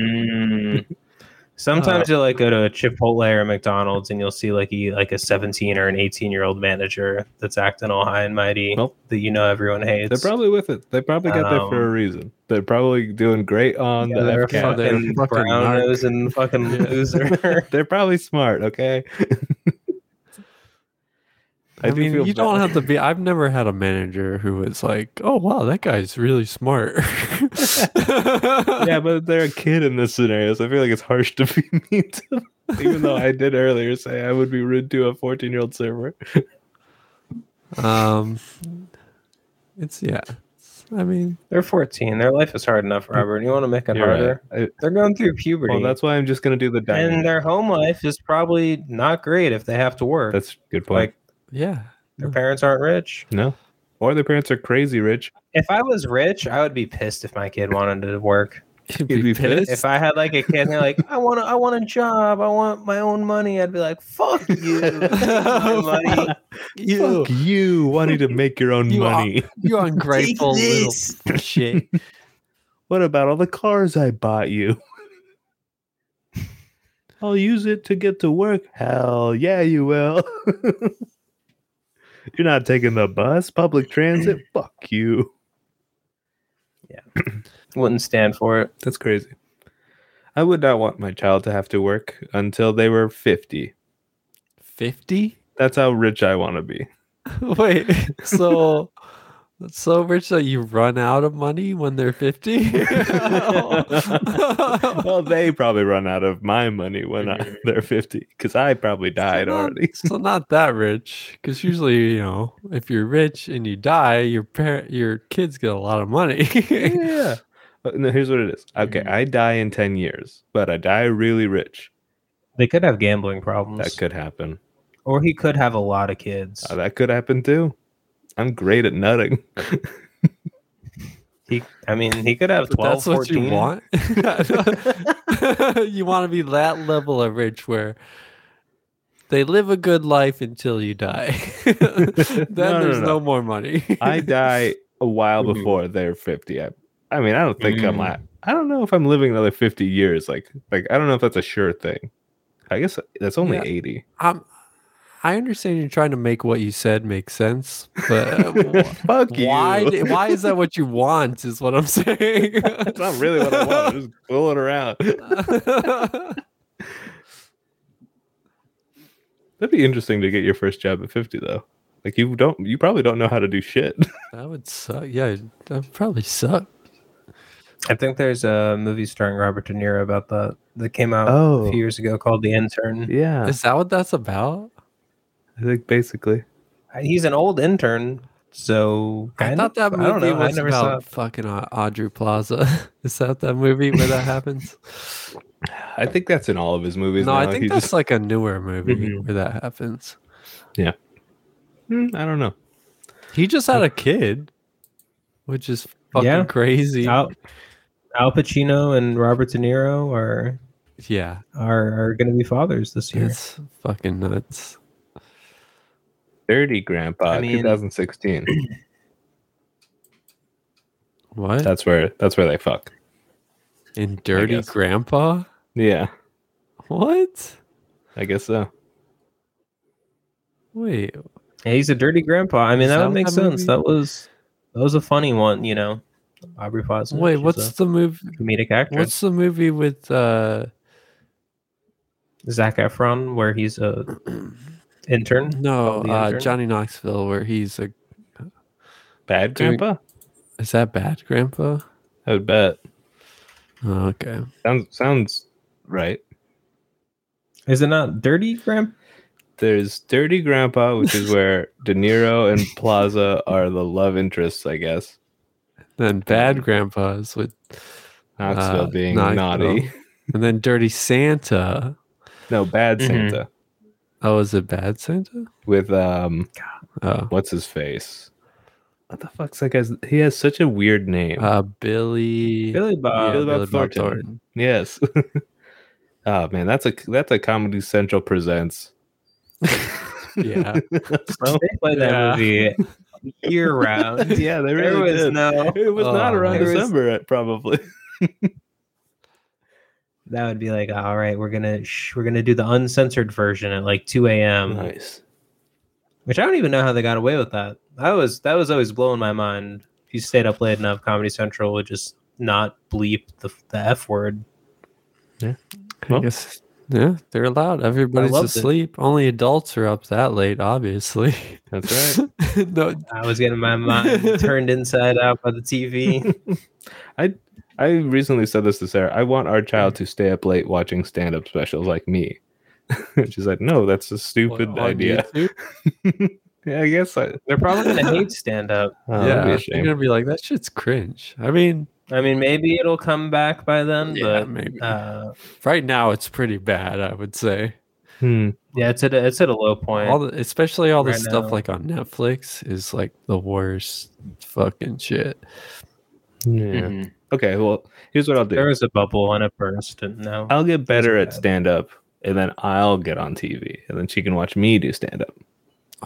Speaker 2: Mm. Sometimes you'll like go to a Chipotle or a McDonald's and you'll see like a like a 17 or an 18 year old manager that's acting all high and mighty
Speaker 3: Well,
Speaker 2: that you know everyone hates.
Speaker 3: They're probably with it. They probably got there for a
Speaker 2: Um,
Speaker 3: reason. They're probably doing great on
Speaker 2: yeah,
Speaker 3: the
Speaker 2: they're a
Speaker 1: Oh. Yeah,
Speaker 3: *laughs* FCAT.
Speaker 1: they're
Speaker 2: fucking
Speaker 1: fucking
Speaker 2: brown
Speaker 1: narc.
Speaker 2: nose and fucking
Speaker 1: Yeah.
Speaker 3: *laughs*
Speaker 2: loser.
Speaker 3: They're probably smart. Okay. *laughs*
Speaker 1: I,
Speaker 3: do
Speaker 1: mean,
Speaker 3: feel
Speaker 1: you don't
Speaker 3: bad.
Speaker 1: have to be. I've never had a manager who was like, "Oh wow, that guy's really smart."
Speaker 3: *laughs* yeah, but they're a kid in this scenario, so I feel like it's harsh to be *laughs* mean to them. Even though I did earlier say I would be rude to a 14 year old server.
Speaker 1: *laughs* Um, it's yeah. I mean,
Speaker 2: they're 14. Their life is hard enough, Robert. You want to make it
Speaker 3: You're
Speaker 2: harder?
Speaker 3: right. I-
Speaker 2: They're going through puberty.
Speaker 3: well, that's why I'm just going to do the diamond.
Speaker 2: and their home life is probably not great if they have to work.
Speaker 3: That's a good point.
Speaker 2: like
Speaker 1: yeah.
Speaker 2: their parents aren't rich.
Speaker 3: no. Or their parents are crazy rich.
Speaker 2: If I was rich, I would be pissed if my kid wanted to work.
Speaker 1: You'd
Speaker 3: be pissed.
Speaker 2: If I had like a kid and they're like, I want a, I want a job, I want my own money, I'd be
Speaker 1: *laughs*
Speaker 2: like, fuck you. My money.
Speaker 1: You,
Speaker 3: Fuck you wanting to make your own
Speaker 1: You are-
Speaker 3: money.
Speaker 1: you
Speaker 3: *laughs*
Speaker 1: ungrateful
Speaker 2: Take
Speaker 1: little
Speaker 2: this.
Speaker 1: shit.
Speaker 3: What about all the cars I bought you? *laughs* I'll use it to get to work. Hell yeah, you will. *laughs* You're not taking the bus, public *clears throat* transit. Fuck you.
Speaker 2: Wouldn't stand for it.
Speaker 3: That's crazy. I would not want my child to have to work until they were 50.
Speaker 1: Fifty? *laughs*
Speaker 3: That's how rich I want to *laughs* be.
Speaker 1: Wait, so so rich that you run out of money when they're
Speaker 3: *laughs*
Speaker 1: fifty? *laughs*
Speaker 3: well, they probably run out of my money *laughs* when I, they're 50 because I probably died
Speaker 1: not,
Speaker 3: already.
Speaker 1: so not that rich, because usually you know if you're rich and you die, your parent, your kids get a lot of
Speaker 3: *laughs*
Speaker 1: money. *laughs*
Speaker 3: yeah. But Uh, no, here's what it is. Okay,
Speaker 1: Mm-hmm.
Speaker 2: Mhm.
Speaker 3: I die in 10 years, but I die really rich.
Speaker 2: They could have gambling problems.
Speaker 3: That could happen.
Speaker 2: Or he could have a lot of kids.
Speaker 3: Uh, that could happen too. I'm great
Speaker 1: *laughs*
Speaker 3: at nutting.
Speaker 2: He I mean he could have
Speaker 1: But
Speaker 2: 12
Speaker 1: that's what
Speaker 2: 14.
Speaker 1: you want. *laughs* you want to be that level of rich where they live a good life until you die. *laughs*
Speaker 3: *laughs*
Speaker 1: then
Speaker 3: no,
Speaker 1: there's
Speaker 3: no.
Speaker 1: no. more money.
Speaker 3: I die a while
Speaker 1: Mm-hmm.
Speaker 2: Mhm.
Speaker 3: before they're 50. I, I mean, I don't think I'm
Speaker 2: Mm.
Speaker 3: at, I don't know if I'm living another 50 years. Like, like I don't know if that's a sure thing. I guess that's only
Speaker 1: Yeah.
Speaker 3: 80.
Speaker 1: *laughs* I'm, I understand you're trying to make what you said make sense, but
Speaker 3: *laughs* Fuck you.
Speaker 1: Uh, why? di- Why is that what you want? Is what I'm saying.
Speaker 3: *laughs* That's not really what I want. I'm just fooling around.
Speaker 1: *laughs*
Speaker 3: That'd be interesting to get your first job at 50 though. Like you don't you probably don't know how to do shit. *laughs*
Speaker 1: that would suck. Yeah, that would probably suck.
Speaker 2: I think there's a movie starring Robert De Niro about that that came out
Speaker 3: Oh.
Speaker 2: a few years ago called The Intern.
Speaker 3: Yeah.
Speaker 1: Is that what that's about?
Speaker 3: I think basically.
Speaker 2: He's an old intern, so
Speaker 1: I
Speaker 2: kind
Speaker 1: thought that
Speaker 2: of- I don't
Speaker 1: movie
Speaker 2: know. I
Speaker 1: was
Speaker 2: never saw
Speaker 1: about
Speaker 2: it.
Speaker 1: fucking Au- Audrey Plaza. *laughs* Is that that movie where that
Speaker 2: *laughs*
Speaker 1: happens?
Speaker 3: I think that's in all of his movies.
Speaker 1: no, I
Speaker 3: now.
Speaker 1: think
Speaker 3: He
Speaker 1: that's
Speaker 3: just-
Speaker 1: like a newer movie
Speaker 2: Mhm.
Speaker 1: where that happens.
Speaker 3: Hmm, I don't know.
Speaker 1: He just had a kid, which is fucking
Speaker 2: Yeah.
Speaker 1: crazy.
Speaker 2: Al, Al Pacino and Robert De Niro are
Speaker 1: Yeah,
Speaker 2: are, are going to be fathers this year.
Speaker 1: it's fucking nuts.
Speaker 3: Dirty Grandpa,
Speaker 2: I mean-
Speaker 3: *clears throat* 2016.
Speaker 1: What?
Speaker 3: that's where that's where they fuck.
Speaker 1: In Dirty
Speaker 3: guess.
Speaker 1: Grandpa?
Speaker 3: Yeah,
Speaker 1: What?
Speaker 3: I guess so.
Speaker 1: Wait.
Speaker 2: Yeah, he's a dirty grandpa. I mean,
Speaker 1: Is
Speaker 2: that
Speaker 1: that
Speaker 2: would make
Speaker 1: that
Speaker 2: sense.
Speaker 1: movie?
Speaker 2: That was that was a funny one, you know. Aubrey Plaza.
Speaker 1: Wait,
Speaker 2: she's
Speaker 1: what's the movie
Speaker 2: a comedic actress?
Speaker 1: what's the movie with uh *clears throat*
Speaker 2: Zach Efron, where he's a intern.
Speaker 1: no,
Speaker 2: the
Speaker 1: uh
Speaker 2: intern?
Speaker 1: Johnny Knoxville where he's a
Speaker 3: Bad
Speaker 1: Doing-
Speaker 3: Grandpa?
Speaker 1: is that bad grandpa?
Speaker 3: I would bet.
Speaker 1: Oh, okay.
Speaker 3: Sounds sounds right.
Speaker 2: Is it not dirty grandpa?
Speaker 3: There's Dirty Grandpa, which is where *laughs* De Niro and Plaza are the love interests, I guess.
Speaker 1: Then bad grandpas with
Speaker 3: Mm. Knoxville
Speaker 1: Uh,
Speaker 3: being
Speaker 1: Knoxville.
Speaker 3: naughty.
Speaker 1: and then Dirty Santa.
Speaker 3: *laughs* No, Bad
Speaker 2: Mhm.
Speaker 3: Santa.
Speaker 1: Oh, is it Bad Santa?
Speaker 3: with um
Speaker 1: Oh,
Speaker 3: what's his face? What the fuck's that guy's? He has such a weird name.
Speaker 1: uh, Billy.
Speaker 2: Billy
Speaker 1: yeah,
Speaker 2: Bob.
Speaker 3: Billy Bob Thornton. yes. *laughs* oh man, that's a that's a Comedy Central presents.
Speaker 1: Yeah.
Speaker 2: They play that
Speaker 1: Yeah. *laughs*
Speaker 2: movie year round.
Speaker 3: *laughs* yeah, they
Speaker 2: there
Speaker 3: really
Speaker 2: was
Speaker 3: did.
Speaker 2: no.
Speaker 3: it was not
Speaker 1: Oh,
Speaker 3: around
Speaker 2: there was-
Speaker 3: December, uh, *laughs* probably.
Speaker 2: That would be like, all right, we're gonna sh- we're gonna do the uncensored version at like two a.m.
Speaker 3: Oh, nice.
Speaker 2: Which I don't even know how they got away with that. That was that was always blowing my mind. If you stayed up late enough, Comedy Central would just not bleep the, the f word.
Speaker 1: I guess, yeah, they're allowed. Everybody's
Speaker 2: loved it.
Speaker 1: asleep. Only adults are up that late, obviously.
Speaker 3: That's
Speaker 1: *laughs*
Speaker 3: right.
Speaker 1: no,
Speaker 2: I was getting
Speaker 1: *laughs*
Speaker 2: my mind turned inside out by the TV.
Speaker 3: I recently said this to Sarah. I want our child to stay up late watching stand up specials like me. *laughs* She's like, no, that's a stupid
Speaker 1: on
Speaker 3: idea.
Speaker 1: YouTube.
Speaker 3: *laughs* Yeah, I guess I,
Speaker 2: They're probably gonna hate stand up.
Speaker 3: *laughs* oh, that'd be
Speaker 1: yeah,
Speaker 3: a shame.
Speaker 1: you're
Speaker 2: *laughs*
Speaker 1: gonna be like, that shit's cringe. I mean,
Speaker 2: I mean, maybe it'll come back by then,
Speaker 1: yeah, maybe.
Speaker 2: but uh,
Speaker 1: right now it's pretty bad. I would say.
Speaker 3: Hmm.
Speaker 2: yeah, it's at a, it's at a low point.
Speaker 1: All the, especially all the
Speaker 2: Right
Speaker 1: stuff
Speaker 2: now.
Speaker 1: like on Netflix is like the worst fucking shit.
Speaker 3: Yeah.
Speaker 2: Mhm.
Speaker 3: Okay. Well, here's what I'll do.
Speaker 2: There was a bubble and it burst, and now
Speaker 3: I'll get better at
Speaker 2: bad.
Speaker 3: stand up, and then I'll get on TV, and then she can watch me do stand up.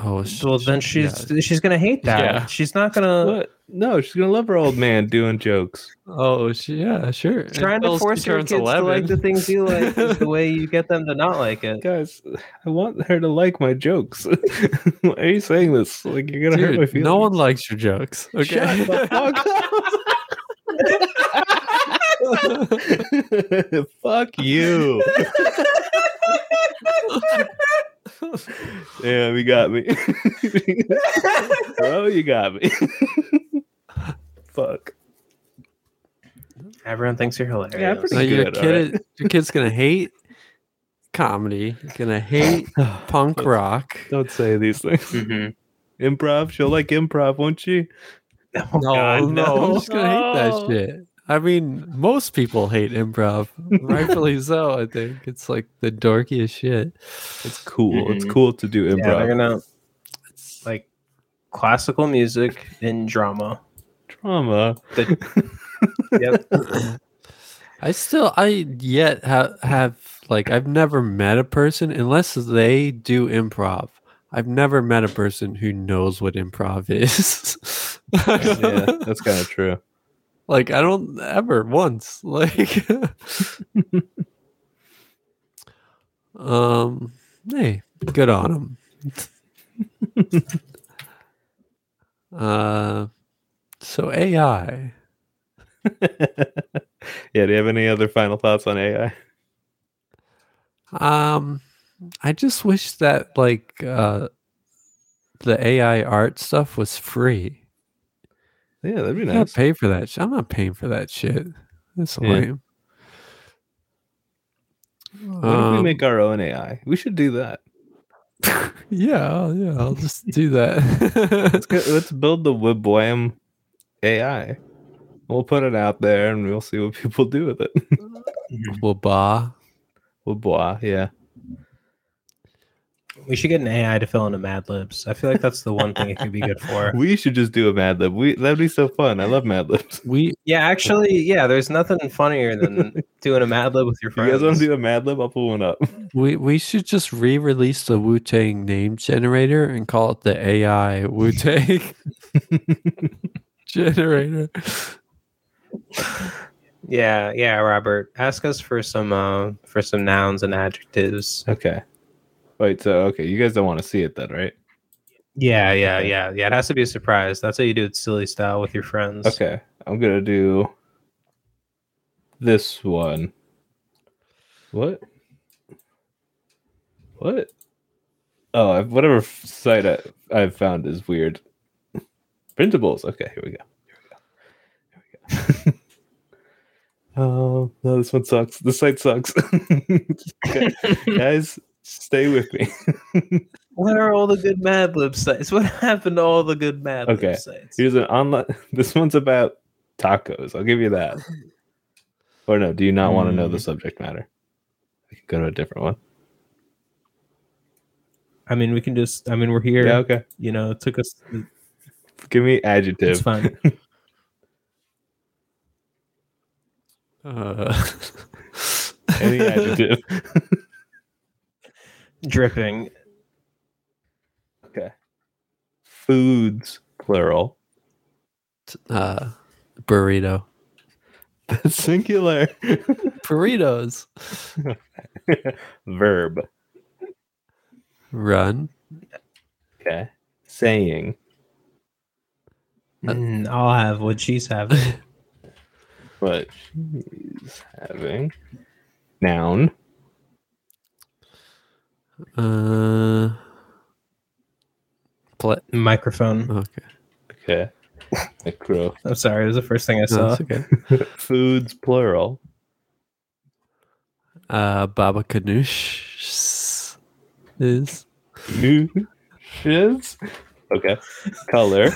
Speaker 1: Oh, sh-
Speaker 2: well, then
Speaker 1: sh-
Speaker 2: she's
Speaker 1: yeah.
Speaker 2: she's gonna hate that.
Speaker 1: Yeah.
Speaker 2: She's not gonna.
Speaker 3: What? No, she's gonna love her old man doing jokes.
Speaker 1: oh, she, yeah, sure.
Speaker 2: trying to
Speaker 1: Until she
Speaker 2: force your
Speaker 1: turns
Speaker 2: kids to like
Speaker 1: 11.
Speaker 2: the things you like is the way you get them to not
Speaker 1: *laughs*
Speaker 2: like it.
Speaker 3: Guys, I want her to like my jokes. *laughs* Why are you saying this? Like you're gonna hurt my
Speaker 1: Dude,
Speaker 3: feelings.
Speaker 1: no one likes your
Speaker 2: *laughs*
Speaker 1: jokes. Okay.
Speaker 3: Shut
Speaker 1: *laughs*
Speaker 3: the fuck up. *laughs* fuck you.
Speaker 1: *laughs*
Speaker 3: Damn, you got me. Bro, you got me. *laughs* fuck.
Speaker 2: Everyone thinks you're hilarious.
Speaker 3: Yeah, I'm
Speaker 1: So
Speaker 3: pretty-
Speaker 1: your
Speaker 3: good,
Speaker 1: kid, is- your kid's gonna hate comedy. Gonna
Speaker 2: *sighs*
Speaker 1: hate punk rock.
Speaker 3: Don't say these things.
Speaker 2: Mhm.
Speaker 3: Improv, she'll like improv, won't she?
Speaker 2: Oh,
Speaker 1: No,
Speaker 2: God,
Speaker 1: no, I'm just gonna hate that
Speaker 3: No.
Speaker 1: shit. I mean, most people hate improv, rightfully so. I think it's like the dorkiest shit.
Speaker 3: It's cool. It's
Speaker 2: Mhm.
Speaker 3: cool to do
Speaker 2: Yeah, they're
Speaker 3: improv.
Speaker 2: gonna like classical music and drama.
Speaker 3: Trauma.
Speaker 2: Yep.
Speaker 1: I still, I yet ha- have like, I've never met a person unless they do improv. I've never met a person who knows what improv is. *laughs*
Speaker 3: yeah, that's kind of true.
Speaker 1: Like I don't ever once *laughs* like um hey, good on him. *laughs* uh so AI.
Speaker 3: *laughs* yeah, do you have any other final thoughts on AI?
Speaker 1: Um I just wish that like uh the AI art stuff was free.
Speaker 3: Yeah, that'd be
Speaker 1: I gotta
Speaker 3: nice.
Speaker 1: pay for that. shit. I'm not paying for that shit. That's
Speaker 3: Yeah.
Speaker 1: lame.
Speaker 3: What if we
Speaker 1: Um,
Speaker 3: make our own AI? We should do that.
Speaker 1: Yeah, I'll- yeah, I'll just do that.
Speaker 3: Let's go, *laughs* let's build the Wibwam AI. We'll put it out there and we'll see what people do with it.
Speaker 1: *laughs*
Speaker 3: *laughs*
Speaker 1: well, bah.
Speaker 3: Wibwa, yeah.
Speaker 2: *laughs* we should get an AI to fill in the Mad Libs. I feel like that's the one thing it could be good for.
Speaker 3: We should just do a Mad Lib. We that'd be so fun. I love Mad Libs. *laughs*
Speaker 1: We
Speaker 2: *laughs* Yeah, actually, yeah. There's nothing funnier *laughs* than doing a Mad Lib with your
Speaker 3: If you
Speaker 2: friends.
Speaker 3: guys want to do a Mad Lib? I'll pull one up.
Speaker 1: we we should just re-release the Wu Tang name generator and call it the AI Wu Tang generator.
Speaker 2: yeah, yeah, Robert. Ask us for some uh, for some nouns and adjectives.
Speaker 3: Okay. Wait, so okay, you guys don't want to see it then, right?
Speaker 2: Yeah, yeah,
Speaker 3: Okay.
Speaker 2: yeah, yeah. It has to be a surprise. That's how you do it silly style with your friends.
Speaker 3: Okay. I'm gonna do this one. What? What? Oh, I've, whatever f- site I, I've found is weird. Printables. Okay, here we go. Here we go. *laughs* Here we go. oh no, this one sucks. This site sucks. *laughs* Okay, Guys, stay with me.
Speaker 2: Where are all the good Mad Lib sites? What happened to all the good Mad Lib
Speaker 3: Okay.
Speaker 2: sites?
Speaker 3: Here's an online. *laughs* This one's about tacos. I'll give you that. Or no? Do you
Speaker 2: Mm.
Speaker 3: not want to know the subject matter? I can go to a different one.
Speaker 2: I mean, we can just. I mean, we're here.
Speaker 3: Yeah, okay.
Speaker 2: You know, it took us.
Speaker 3: Give me
Speaker 2: It's
Speaker 3: adjective.
Speaker 2: fine. *laughs*
Speaker 1: Uh,
Speaker 2: *laughs*
Speaker 3: Any adjective.
Speaker 2: Dripping.
Speaker 3: Foods, plural.
Speaker 1: *laughs*
Speaker 3: *laughs*
Speaker 1: uh, burrito.
Speaker 3: That's singular.
Speaker 1: Burritos.
Speaker 3: Verb.
Speaker 1: Run.
Speaker 3: Okay. Saying.
Speaker 2: Mm, I'll have what she's having.
Speaker 3: What she's having. Noun.
Speaker 1: Uh, play.
Speaker 2: Microphone.
Speaker 1: Okay.
Speaker 3: Okay. Micro.
Speaker 2: I'm sorry. It was the first thing I
Speaker 1: No,
Speaker 2: saw.
Speaker 1: that's okay.
Speaker 3: Foods, plural.
Speaker 1: Uh, Baba Ganoush is
Speaker 3: Nourishes. Okay.
Speaker 2: *laughs*
Speaker 3: Color.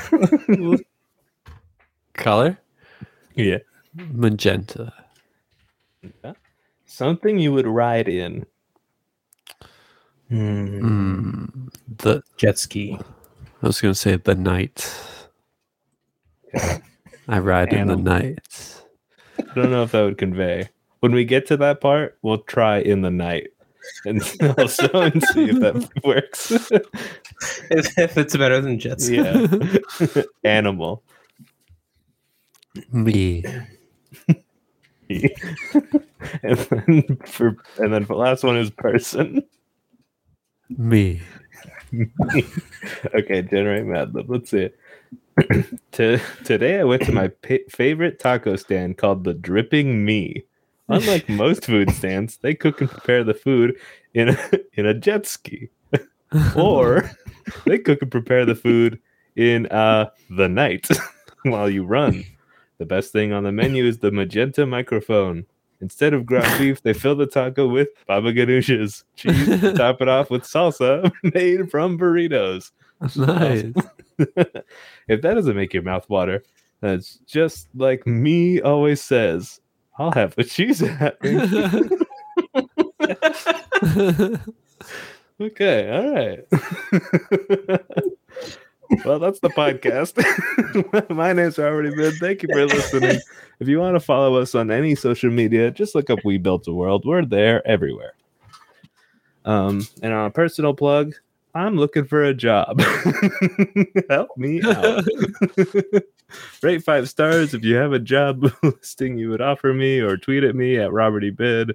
Speaker 1: color
Speaker 3: Yeah.
Speaker 1: magenta.
Speaker 3: Something you would ride in.
Speaker 2: Mm,
Speaker 1: Mm, the
Speaker 2: Jet ski. *laughs*
Speaker 1: I was gonna say the night. I ride in the
Speaker 3: Animal.
Speaker 1: night.
Speaker 3: I don't know if that would convey. When we get to that part, we'll try in the night. And *laughs* also and see if that *laughs* works.
Speaker 2: If, if it's better than jet ski.
Speaker 3: yeah. *laughs* Animal. *laughs*
Speaker 1: Me.
Speaker 3: and then for and then for last one is person.
Speaker 1: Me.
Speaker 3: Okay, generate Mad Lib. Let's see *clears throat* it. to, today, I went to my pa- favorite taco stand called the Dripping Me. Unlike most food stands, they cook and prepare the food in a, in a jet ski, or *laughs* they cook and prepare the food in uh, the night *laughs* while you run. The best thing on the menu is the magenta microphone. Instead of ground beef, they fill the taco with baba ganoush's cheese, and top it off with salsa *laughs* made from burritos.
Speaker 1: *laughs* nice.
Speaker 3: if that doesn't make your mouth water, that's just like me always says. I'll have what she's *laughs* having.
Speaker 1: *laughs*
Speaker 3: okay, all
Speaker 2: *laughs*
Speaker 3: right. well, that's the podcast. *laughs* My name's already been. Thank you for listening. If you want to follow us on any social media, just look up We Built a World. We're there everywhere. Um, and on a personal plug, I'm looking for a job. *laughs* Help me
Speaker 2: *laughs*
Speaker 3: out. Rate five stars if you have a job *laughs* listing you would offer me, or tweet at me at Robert E. Bid.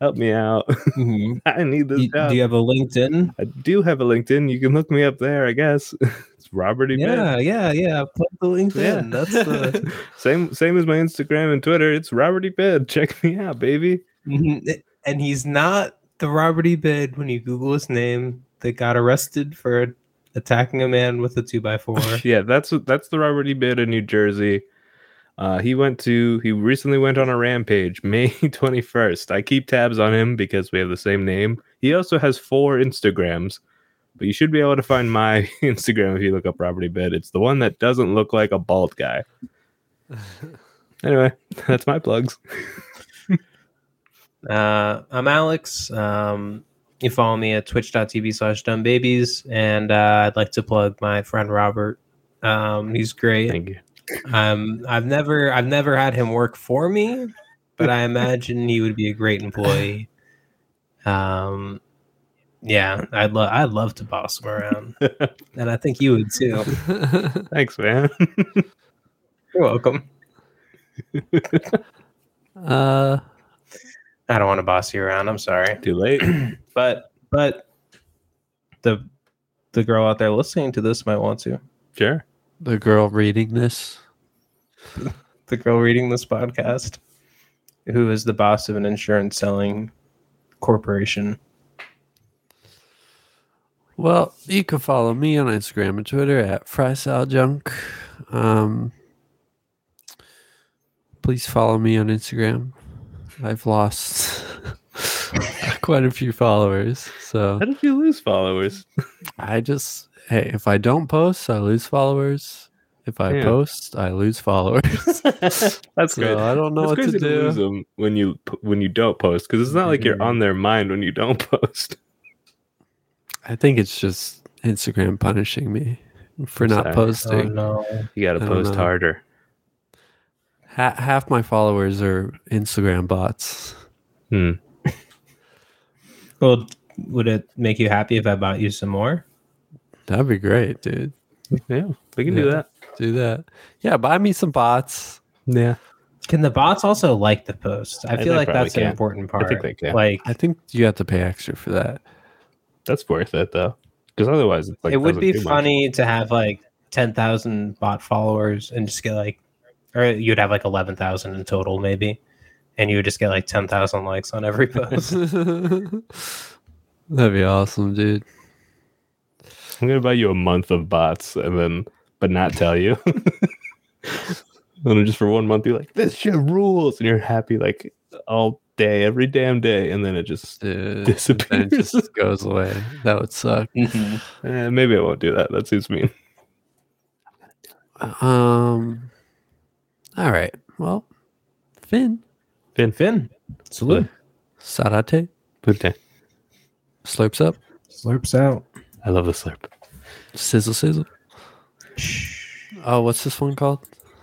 Speaker 3: Help me out. *laughs*
Speaker 2: *laughs* Mhm.
Speaker 3: I need this
Speaker 2: You-
Speaker 3: job.
Speaker 2: do you have a LinkedIn?
Speaker 3: I do have a LinkedIn. You can look me up there, I guess. *laughs* It's Robert E. Bid.
Speaker 2: Yeah, yeah, yeah. Plug the LinkedIn. That's the.
Speaker 3: Same same as my Instagram and Twitter. It's Robert E. Bid. *laughs* Check me out, baby.
Speaker 2: Mhm. *laughs* and he's not the Robert E. Bid when you Google his name that got arrested for attacking a man with a two by four.
Speaker 3: Yeah, that's that's the Robert E. Bid in New Jersey. Uh, he went to he recently went on a rampage *laughs* May 21st. I keep tabs on him because we have the same name. He also has four Instagrams, but you should be able to find my *laughs* Instagram if you look up Robert E. Bid. It's the one that doesn't look like a bald guy. Anyway, *laughs* that's my plugs.
Speaker 2: Uh, I'm Alex. Um, you follow me at twitch.tv slash dumbbabies. And uh, I'd like to plug my friend Robert. Um, he's great.
Speaker 3: Thank you.
Speaker 2: Um, I've never I've never had him work for me, but *laughs* I imagine he would be a great employee. Um, yeah, I'd love I'd love to boss him *laughs* around, and I think you would too.
Speaker 3: Thanks, man.
Speaker 2: Oh,
Speaker 3: *laughs*
Speaker 2: You're welcome.
Speaker 1: uh,
Speaker 2: I don't want to boss you around. I'm sorry,
Speaker 3: Too late.
Speaker 2: but but the the girl out there listening to this might want to.
Speaker 3: Sure.
Speaker 1: the girl reading this.
Speaker 2: the girl reading this podcast, who is the boss of an insurance selling corporation.
Speaker 1: Well, you can follow me on Instagram and Twitter at FrySalJunk. Um, please follow me on Instagram. I've lost *laughs* quite a few followers. So
Speaker 3: How did you lose followers?
Speaker 1: I just, hey, if I don't post, I lose followers. If I
Speaker 3: Yeah.
Speaker 1: post, I lose followers.
Speaker 3: That's
Speaker 1: so I don't know
Speaker 3: It's
Speaker 1: what
Speaker 3: crazy
Speaker 1: to
Speaker 3: to, lose
Speaker 1: do. Mm-hmm.
Speaker 3: them when you p- when you don't *laughs* post because it's not like you're
Speaker 2: Mhm.
Speaker 3: on their mind when you don't post.
Speaker 1: I think it's just Instagram punishing me for not
Speaker 3: Sorry.
Speaker 2: Oh
Speaker 1: posting.
Speaker 2: no.
Speaker 3: You got to
Speaker 1: I don't
Speaker 3: post
Speaker 1: know.
Speaker 3: harder.
Speaker 1: Ha- half my followers are Instagram bots.
Speaker 3: Hmm.
Speaker 2: Well, would it make you happy if I bought you some more?
Speaker 1: That'd be great, dude.
Speaker 3: Yeah, we can do
Speaker 1: Yeah.
Speaker 3: that.
Speaker 1: Do that. Yeah, buy me some bots.
Speaker 3: Yeah,
Speaker 2: Can the bots also like the post? I
Speaker 3: I
Speaker 2: feel
Speaker 3: think
Speaker 2: like
Speaker 3: probably
Speaker 2: that's
Speaker 3: can.
Speaker 2: an important part.
Speaker 3: I think they can.
Speaker 2: Like
Speaker 1: I think you have to pay extra for that. *laughs*
Speaker 3: that's worth it though, because otherwise, it's like
Speaker 2: it would
Speaker 3: doesn't
Speaker 2: be
Speaker 3: do much.
Speaker 2: funny to have like 10,000 bot followers and just get like, or you'd have like 11,000 in total, maybe. And you would just get like 10,000 likes on every *laughs* post.
Speaker 1: That'd be awesome, dude.
Speaker 3: I'm gonna buy you a month of bots and then, but not tell you. *laughs* and just for one month, you're like, "This shit rules," and you're happy like all day, every damn day, and then it just
Speaker 1: Dude, Then it
Speaker 3: disappears.
Speaker 1: just goes away. That would suck.
Speaker 3: Eh, maybe I won't do that. That seems mean.
Speaker 1: Um. All right. Well, Finn,
Speaker 3: Finn,
Speaker 2: Finn, salute.
Speaker 1: Sarate,
Speaker 3: Putte.
Speaker 1: slurps up,
Speaker 2: Slurps out.
Speaker 3: I love the slurp.
Speaker 1: sizzle, sizzle. Oh, what's this one called?